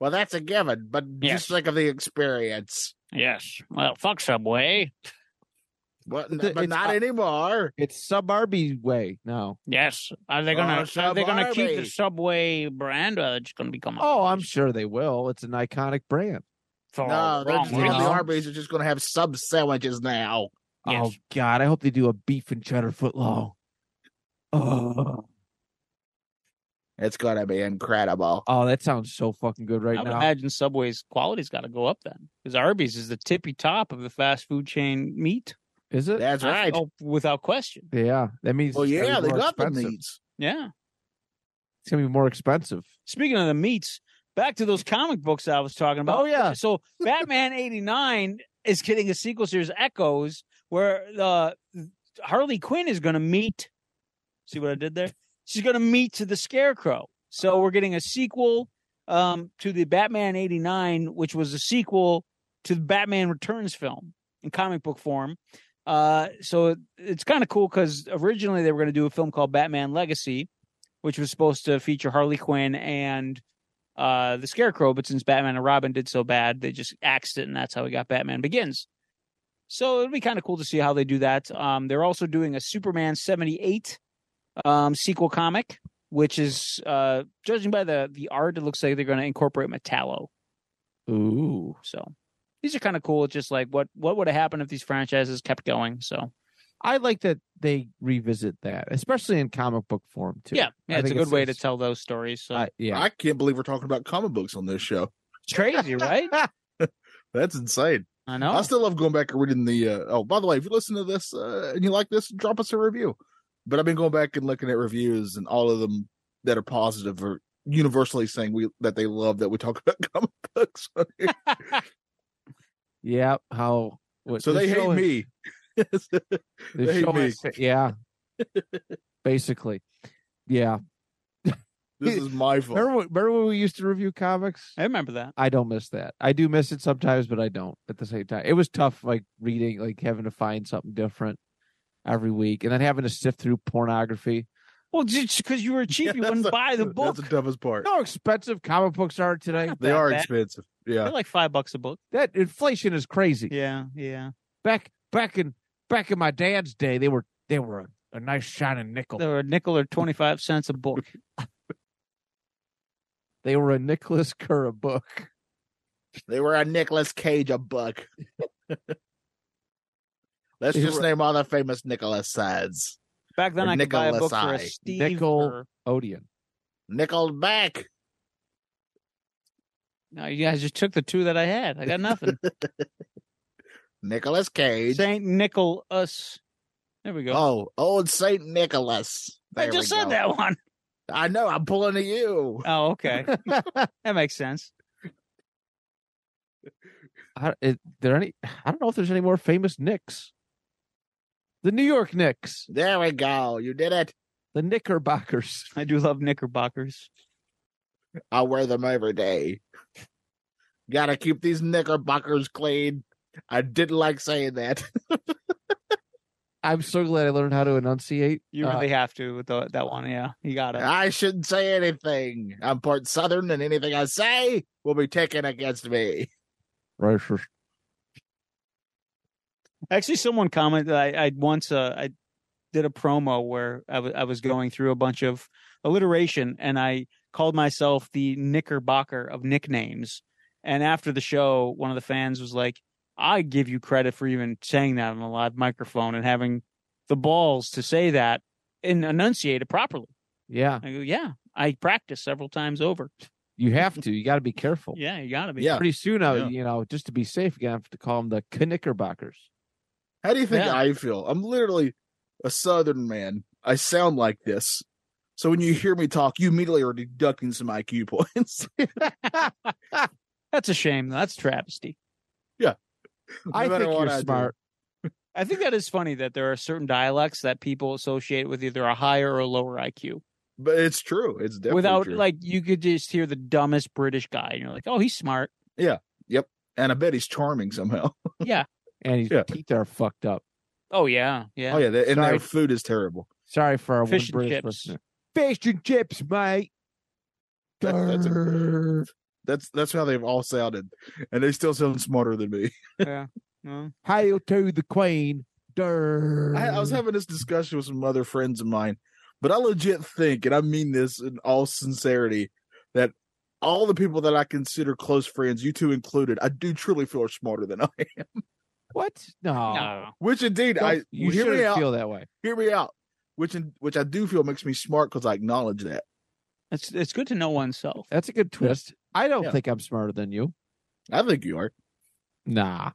F: Well, that's a given, but
G: Yes.
F: just think of the experience.
G: Yes. Well, fuck Subway.
F: But,
K: But the-
F: but
K: it's- uh,
F: not
K: I-
F: anymore.
K: It's sub Arby way now.
G: Yes. Are they gonna
F: Oh,
G: are they gonna keep the
F: Sub-Arby.
G: Subway brand or are they just gonna become a-
K: Oh, I'm sure they will. It's an iconic brand.
I: Oh,
G: for
F: no,
G: all the
F: they're
G: wrong
F: just gonna- the
G: reasons?
F: Arby's are just going to have sub sandwiches now.
K: Oh God, I hope they do a beef and cheddar foot long. Oh,
F: It's going to be incredible.
K: oh, that sounds so fucking good right
J: I would
K: now.
J: imagine Subway's quality's got to go up then, because Arby's is the tippy top of the fast food chain meat.
K: Is it?
F: That's right.
J: Oh, without question.
K: yeah, that means.
I: Oh,
F: well,
K: it's gonna be
F: yeah, they
K: more
F: got the
K: expensive.
F: meats.
J: Yeah.
K: It's gonna be more expensive.
J: Speaking of the meats, back to those comic books I was talking about.
K: Oh, yeah.
J: So Batman eighty nine is getting a sequel series Echoes, where uh, Harley Quinn is going to meet. See what I did there? She's going to meet to the Scarecrow. So we're getting a sequel um, to the Batman eighty nine, which was a sequel to the Batman Returns film in comic book form. Uh, so it's kind of cool because originally they were going to do a film called Batman Legacy, which was supposed to feature Harley Quinn and uh, the Scarecrow, but since Batman and Robin did so bad, they just axed it, and that's how we got Batman Begins. So it'll be kind of cool to see how they do that. Um, they're also doing a Superman '78 um, sequel comic, which is uh, judging by the the art, it looks like they're going to incorporate Metallo.
K: Ooh,
J: So these are kind of cool. It's just like what what would have happened if these franchises kept going. So
K: I like that they revisit that, especially in comic book form too.
J: yeah, yeah
K: I
J: it's a
K: think
J: good
K: it's-
J: way to
K: it's-
J: tell those stories. So
K: I- yeah.
I: I can't believe we're talking about comic books on this show.
J: it's crazy, right?
I: That's insane.
J: I know.
I: I still love going back and reading the. Uh, oh, by the way, if you listen to this uh, and you like this, drop us a review. But I've been going back and looking at reviews, and all of them that are positive are universally saying we that they love that we talk about comic books. on here.
K: yeah. How? What,
I: so
K: the
I: they hate
K: show has-
I: me.
K: the
I: They hate
K: show
I: me.
K: has- yeah. Basically, yeah.
I: This is my fault.
K: Remember, when- remember when we used to review comics?
I: Eh.
J: I remember that.
K: I don't miss that. I do miss it sometimes, but I don't at the same time. It was tough, like reading, like having to find something different every week, and then having to sift through pornography.
J: Well, just because you were cheap,
I: Yeah,
J: you
I: that's
J: wouldn't
I: the-
J: buy the
I: That's
J: book.
I: the toughest part.
K: You know how expensive comic books are today.
J: Not
I: they
J: that
I: are
J: bad.
I: expensive.
J: They're
I: Yeah.
J: like five bucks a book.
K: That inflation is crazy.
J: Yeah, yeah.
K: Back back in back in my dad's day, they were they were a, a nice shining nickel.
J: They were a nickel or twenty five cents a book.
K: They were a Nicholas Kerr book.
I: They were a Nicolas Cage a buck. Let's
K: They
I: just
K: were-
I: name all the famous Nicholas sides.
J: Back then,
I: Or
J: I could buy a
I: Nicholas
J: book for a
I: I.
J: Steve
K: Nickel.
J: or-
K: Odeon.
I: Nickel back.
J: No, you guys just took the two that I had. I got nothing.
I: Nicholas Cage.
J: Saint Nicholas. There we go.
I: Oh, old Saint Nicholas.
J: I
I: There
J: just
I: we
J: said
I: go.
J: that one.
I: I know. I'm pulling to you.
J: Oh, okay. that makes sense.
K: I, is there any? I don't know if there's any more famous Knicks. The New York Knicks,
I: There we go. You did it.
K: the Knickerbockers.
J: I do love Knickerbockers.
I: I wear them every day. Gotta keep these knickerbockers clean. I didn't like saying that.
K: I'm so glad I learned how to enunciate.
J: You
K: Uh,
J: really have to with the, that one. Yeah, you got to
I: I shouldn't say anything. I'm part Southern, and anything I say will be taken against me.
K: racist.
J: Actually, someone commented. I, I once uh, I did a promo where I wa- I was going through a bunch of alliteration, and I called myself the Knickerbocker of nicknames. And after the show, one of the fans was like, "I give you credit for even saying that on a live microphone and having the balls to say that and enunciate it properly."
K: Yeah,
J: I go, "Yeah, I practiced several times over.
K: you have to. You got to be careful.
J: Yeah, you got to be.
I: Yeah.
K: Pretty soon, I,
I: Yeah.
K: you know, just to be safe, you have to call them the Knickerbockers.
I: How do you think
J: Yeah.
I: I feel? I'm literally a Southern man. I sound like this. So when you hear me talk, you immediately are deducting some IQ points.
J: That's a shame. though. That's travesty."
I: No
K: I
I: matter
K: think
I: what
K: you're
I: I do.
K: smart.
J: I think that is funny that there are certain dialects that people associate with either a higher or lower IQ.
I: But it's true. It's definitely
J: Without
I: true.
J: like you could just hear the dumbest British guy and you're like, "Oh, he's smart."
I: and I bet he's charming somehow.
K: And his
I: Yeah.
K: teeth are fucked up.
J: Oh yeah, yeah.
I: Oh yeah, that, and their
K: Sorry.
I: food is terrible.
K: Sorry for our
J: Fish and
K: one British
J: chips.
K: listener. Fish and chips, mate.
I: That- that's a-
K: Durr.
I: That's that's how they've all sounded, and they still sound smarter than me.
J: yeah. Mm.
K: Hail to the Queen. Durr.
I: I, I was having this discussion with some other friends of mine, but I legit think, and I mean this in all sincerity, that all the people that I consider close friends, you two included, I do truly feel are smarter than I am.
K: what?
I: Oh,
K: No.
J: No.
I: Which indeed,
K: Don't-
I: I
K: you
I: hear me
K: shouldn't
I: out.
K: feel that way.
I: hear me out. Which in, which I do feel makes me smart because I acknowledge that.
J: It's it's good to know oneself.
K: That's a good twist. I don't
I: Yeah.
K: think I'm smarter than you.
I: I think you are.
K: Nah.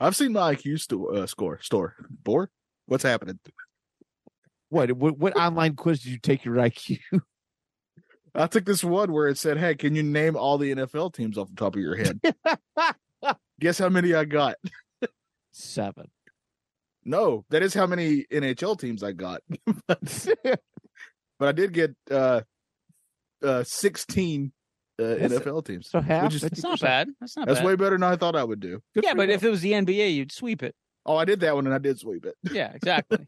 I: I've seen my IQ sto- uh, score store. Bore? What's happening?
K: What, what? What online quiz did you take your IQ?
I: I took this one where it said, "Hey, can you name all the NFL teams off the top of your head?" Guess how many I got.
K: Seven.
I: No, that is how many NHL teams I got. but I did get uh uh 16 uh,
K: That's-
I: NFL teams.
K: So half.
I: Which is-
J: It's not bad. That's not
I: That's
J: bad.
I: way better than I thought I would do.
K: Good
J: yeah,
K: for
J: but
K: you.
J: if it was the NBA, you'd sweep it.
I: Oh, I did that one and I did sweep it. I
J: Yeah, exactly.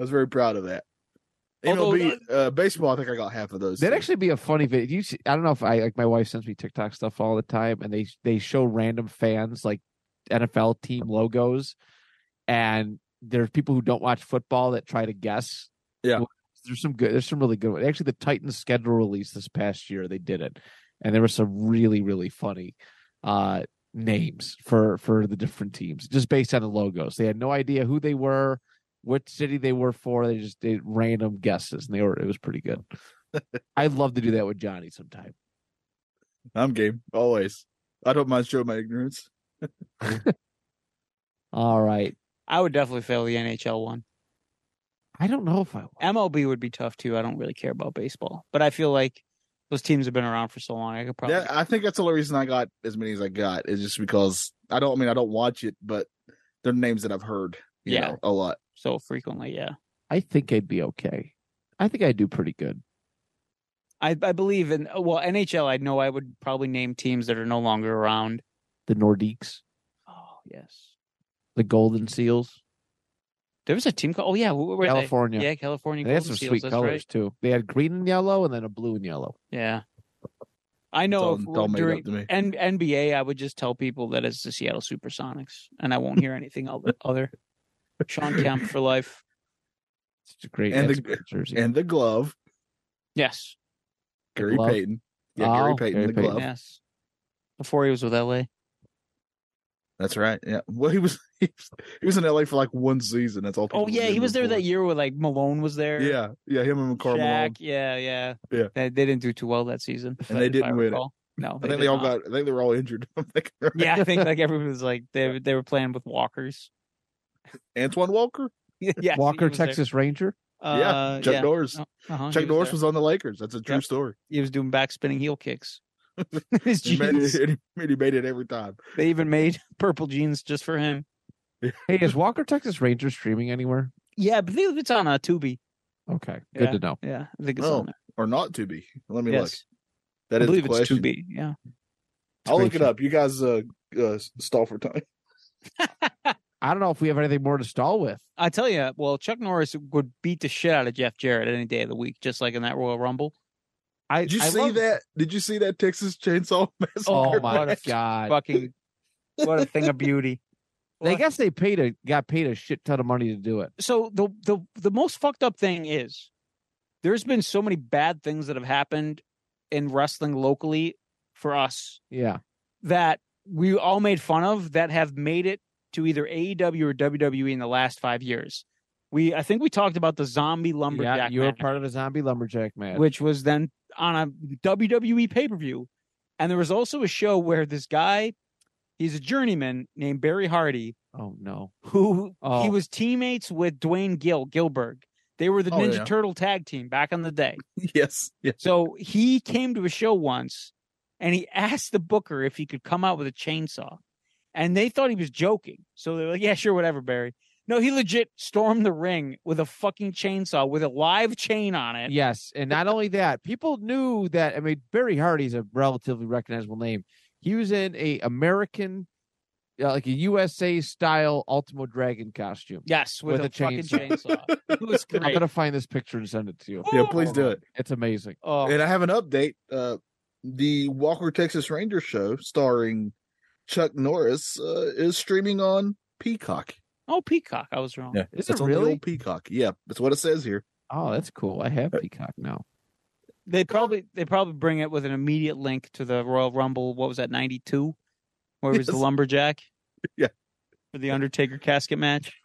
I: was very proud of that.
J: Although-
I: MLB uh, baseball, I think I got half of those.
K: That'd
I: too.
K: actually be a funny video. If You see, I don't know if I like my wife sends me TikTok stuff all the time, and they they show random fans like NFL team logos, and there's people who don't watch football that try to guess.
I: Yeah.
K: there's some good. There's some really good. Ones. Actually, the Titans schedule release this past year, they did it, and there were some really really funny uh names for for the different teams just based on the logos. They had no idea who they were. What city they were for? They just did random guesses, and they were it was pretty good. I'd love to do that with Johnny sometime.
I: I'm game always. I don't mind showing my ignorance.
K: All right.
J: I would definitely fail the NHL one.
K: I don't know if I
J: MLB would be tough too. I don't really care about baseball, but I feel like those teams have been around for so long. I could probably.
I: That, I think that's the only reason I got as many as I got is just because I don't I mean I don't watch it, but they're names that I've heard. You
J: Yeah.
I: know, a lot.
J: so frequently. Yeah,
K: I think I'd be okay. I think I do pretty good.
J: I, I believe in uh, well NHL. I know I would probably name teams that are no longer around.
K: The Nordiques,
J: Oh yes,
K: the Golden Seals,
J: there was a team called. Oh yeah, where were
K: California.
J: They? Yeah, California.
K: They had
J: Golden
K: some
J: Seals,
K: sweet
J: that's
K: colors
J: right.
K: too. They had green and yellow, and then a blue and yellow.
J: Yeah, I
I: It's
J: know.
I: all,
J: if-
I: it's all made
J: during
I: up to me.
J: N- NBA, I would just tell people that it's the Seattle SuperSonics, and I won't hear anything other. other. Sean Kemp for life.
K: It's a great,
I: And
K: that's
I: the-
K: a great jersey.
I: And the glove,
J: Yes,
I: Gary
K: glove?
I: Payton. Yeah, Gary
K: Oh,
I: Payton,
K: Gary
I: the
K: Payton.
I: glove.
J: yes. Before he was with LA.
I: That's right. Yeah. Well, he was he was- he was in LA for like one season. That's all.
J: Oh
I: people
J: yeah, he
I: remember
J: was there
I: him
J: that
I: for.
J: year where like Malone was there.
I: Yeah, yeah, him and Carl Malone.
J: Shaq, yeah, yeah,
I: Yeah.
J: They, they didn't do too well that season, if
I: And
J: I-
I: they
J: if I
I: didn't win it.
J: recall. No,
I: I think they all
J: did not.
I: got. I think they were all injured. I'm thinking, right?
J: yeah, I think like everyone was like they they were playing with walkers.
I: Antoine Walker,
J: yeah,
K: Walker, Texas Ranger.
I: yeah, Chuck Norris.
J: uh
I: Chuck Norris was on the Lakers. That's a true
J: Yep.
I: story.
J: He was doing backspinning heel kicks. His
I: He made,
J: jeans.
I: it, he made it every time.
J: They even made purple jeans just for him.
K: Hey, is Walker, Texas Ranger streaming anywhere?
J: Yeah, but they- it's on a Tubi.
K: Okay,
J: Yeah.
K: good to know.
J: Yeah, I think it's
I: Oh,
J: on there.
I: Or not to be. Let me
J: Yes,
I: look. That is
J: I
I: the
J: believe it's
I: question.
J: Tubi. Yeah.
I: I'll look it
K: Great.
I: up. You guys uh, uh stall for time.
K: I don't know if we have anything more to stall with.
J: I tell you, well, Chuck Norris would beat the shit out of Jeff Jarrett any day of the week, just like in that Royal Rumble.
K: I
I: Did you
K: I
I: see
K: love-
I: that? Did you see that Texas Chainsaw Massacre?
K: Oh my
J: what a-
K: god!
J: Fucking, what a thing of beauty.
K: They guess they paid a got paid a shit ton of money to do it.
J: so the the the most fucked up thing is there's been so many bad things that have happened in wrestling locally for us
K: Yeah,
J: that we all made fun of that have made it to either AEW or WWE in the last five years. We I think we talked about the zombie
K: yeah.
J: lumberjack
K: You were
J: match,
K: part of a zombie lumberjack match.
J: which was then on a WWE pay per view, and there was also a show where this guy, he's a journeyman named Barry Hardy,
K: oh no!
J: who he
K: Oh.
J: was teammates with Dwayne Gill Gilbert. They were the
I: Oh,
J: Ninja
I: yeah.
J: Turtle tag team back in the day.
I: yes. Yeah.
J: So he came to a show once and he asked the booker if he could come out with a chainsaw. And they thought he was joking. So they were like, yeah, sure, whatever, Barry. No, he legit stormed the ring with a fucking chainsaw with a live chain on it.
K: Yes, and not only that, people knew that. I mean, Barry Hardy's a relatively recognizable name. He was in a American, uh, like a USA style Ultimo Dragon costume.
J: Yes, with,
K: With
J: a,
K: a
J: fucking
K: chainsaw.
J: chainsaw. It was
K: I'm
J: great.
K: gonna find this picture and send it to you.
I: Yeah, please do it.
K: It's amazing.
J: Oh,
I: And I have an update. Uh the Walker Texas Ranger show starring Chuck Norris uh, is streaming on Peacock.
J: oh, Peacock. I was wrong.
I: Yeah.
K: Is
I: It's
K: it
I: on the old
K: really?
I: Peacock. Yeah, that's what it says here.
K: Oh, that's cool. I have Peacock now.
J: They probably they probably bring it with an immediate link to the Royal Rumble. What was that, ninety two, where it was the
I: Yes.
J: lumberjack?
I: Yeah.
J: for the Undertaker casket match.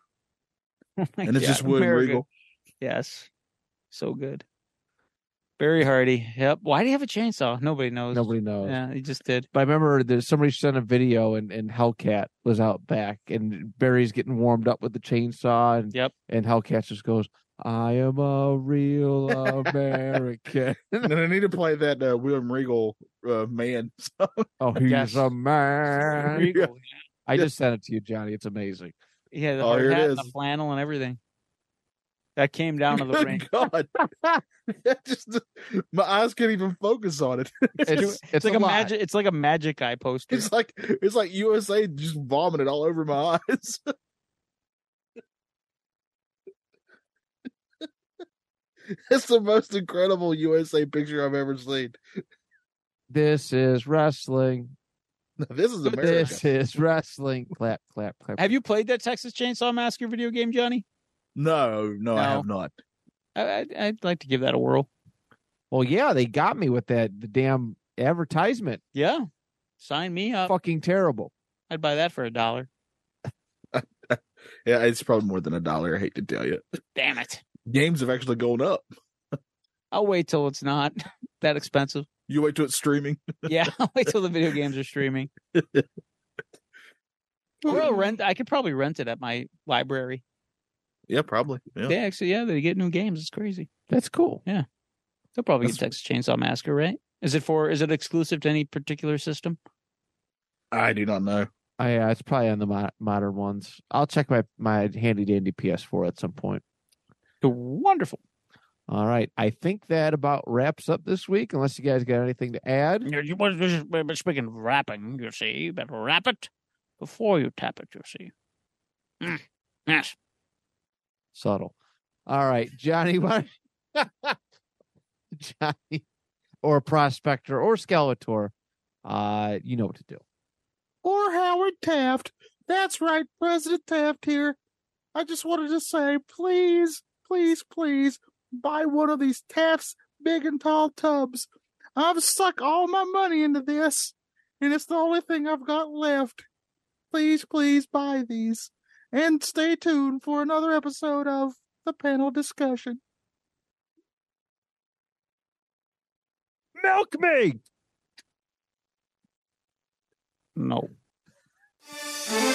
J: Oh my
I: And it's
J: God,
I: just William
J: America.
I: Regal.
J: Yes, so good. Barry Hardy. Yep. Why do you have a chainsaw? Nobody knows.
K: Nobody knows.
J: Yeah, he just did.
K: But I remember there's somebody sent a video and, and Hellcat was out back and Barry's getting warmed up with the chainsaw and
J: Yep.
K: and Hellcat just goes, I am a real American.
I: And then I need to play that uh, William Regal uh, man. song.
K: oh, he's
J: Yes.
K: a man.
J: Regal.
K: I just sent it to you, Johnny. It's amazing.
J: Yeah, the
I: Oh,
J: hard
I: here it
J: hat and the
I: is.
J: flannel and everything. That came down to the
I: Good
J: ring.
I: God. That just my eyes can't even focus on it. It's,
K: It's,
I: just-
J: It's, like
K: a
J: a
K: lot.
J: magic. It's like a magic eye poster.
I: it's like it's like USA just vomited all over my eyes. it's the most incredible USA picture I've ever seen.
K: This is wrestling.
I: This is America.
K: This is wrestling. Clap, clap, clap.
J: Have you played that Texas Chainsaw Massacre video game, Johnny?
I: no, no, I
J: No.
I: have not.
J: I, I'd, I'd like to give that a whirl.
K: well, yeah, they got me with that the damn advertisement.
J: Yeah. Sign me up.
K: Fucking terrible.
J: I'd buy that for a dollar.
I: Yeah, it's probably more than a dollar. I hate to tell you.
J: Damn it.
I: Games have actually gone up.
J: I'll wait till it's not that expensive.
I: You wait till it's streaming.
J: Yeah, I'll wait till the video games are streaming. Or I'll rent I could probably rent it at my library.
I: Yeah, probably. Yeah.
J: They actually yeah, they get new games. It's crazy.
K: That's cool.
J: They'll probably get
I: That's-
J: Texas Chainsaw Massacre, right? Is it for is it exclusive to any particular system?
I: I do not know.
K: Oh, yeah, it's probably on the mo- modern ones. I'll check my my handy dandy PS4 at some point.
J: Wonderful.
K: All right. I think that about wraps up this week, unless you guys got anything to add.
G: You you was this is- speaking of wrapping, you see, you better wrap it before you tap it, you see. Mm, Yes.
K: Subtle. All right. Johnny, why- Johnny or Prospector or Skeletor, uh, you know what to do.
A: or Howard Taft. That's right, President Taft here. I just wanted to say, please, please, please buy one of these Taft's big and tall tubs. I've sucked all my money into this, and it's the only thing I've got left. Please, please buy these. And stay tuned for another episode of the panel discussion.
H: Milk me.
G: No.
L: Bye.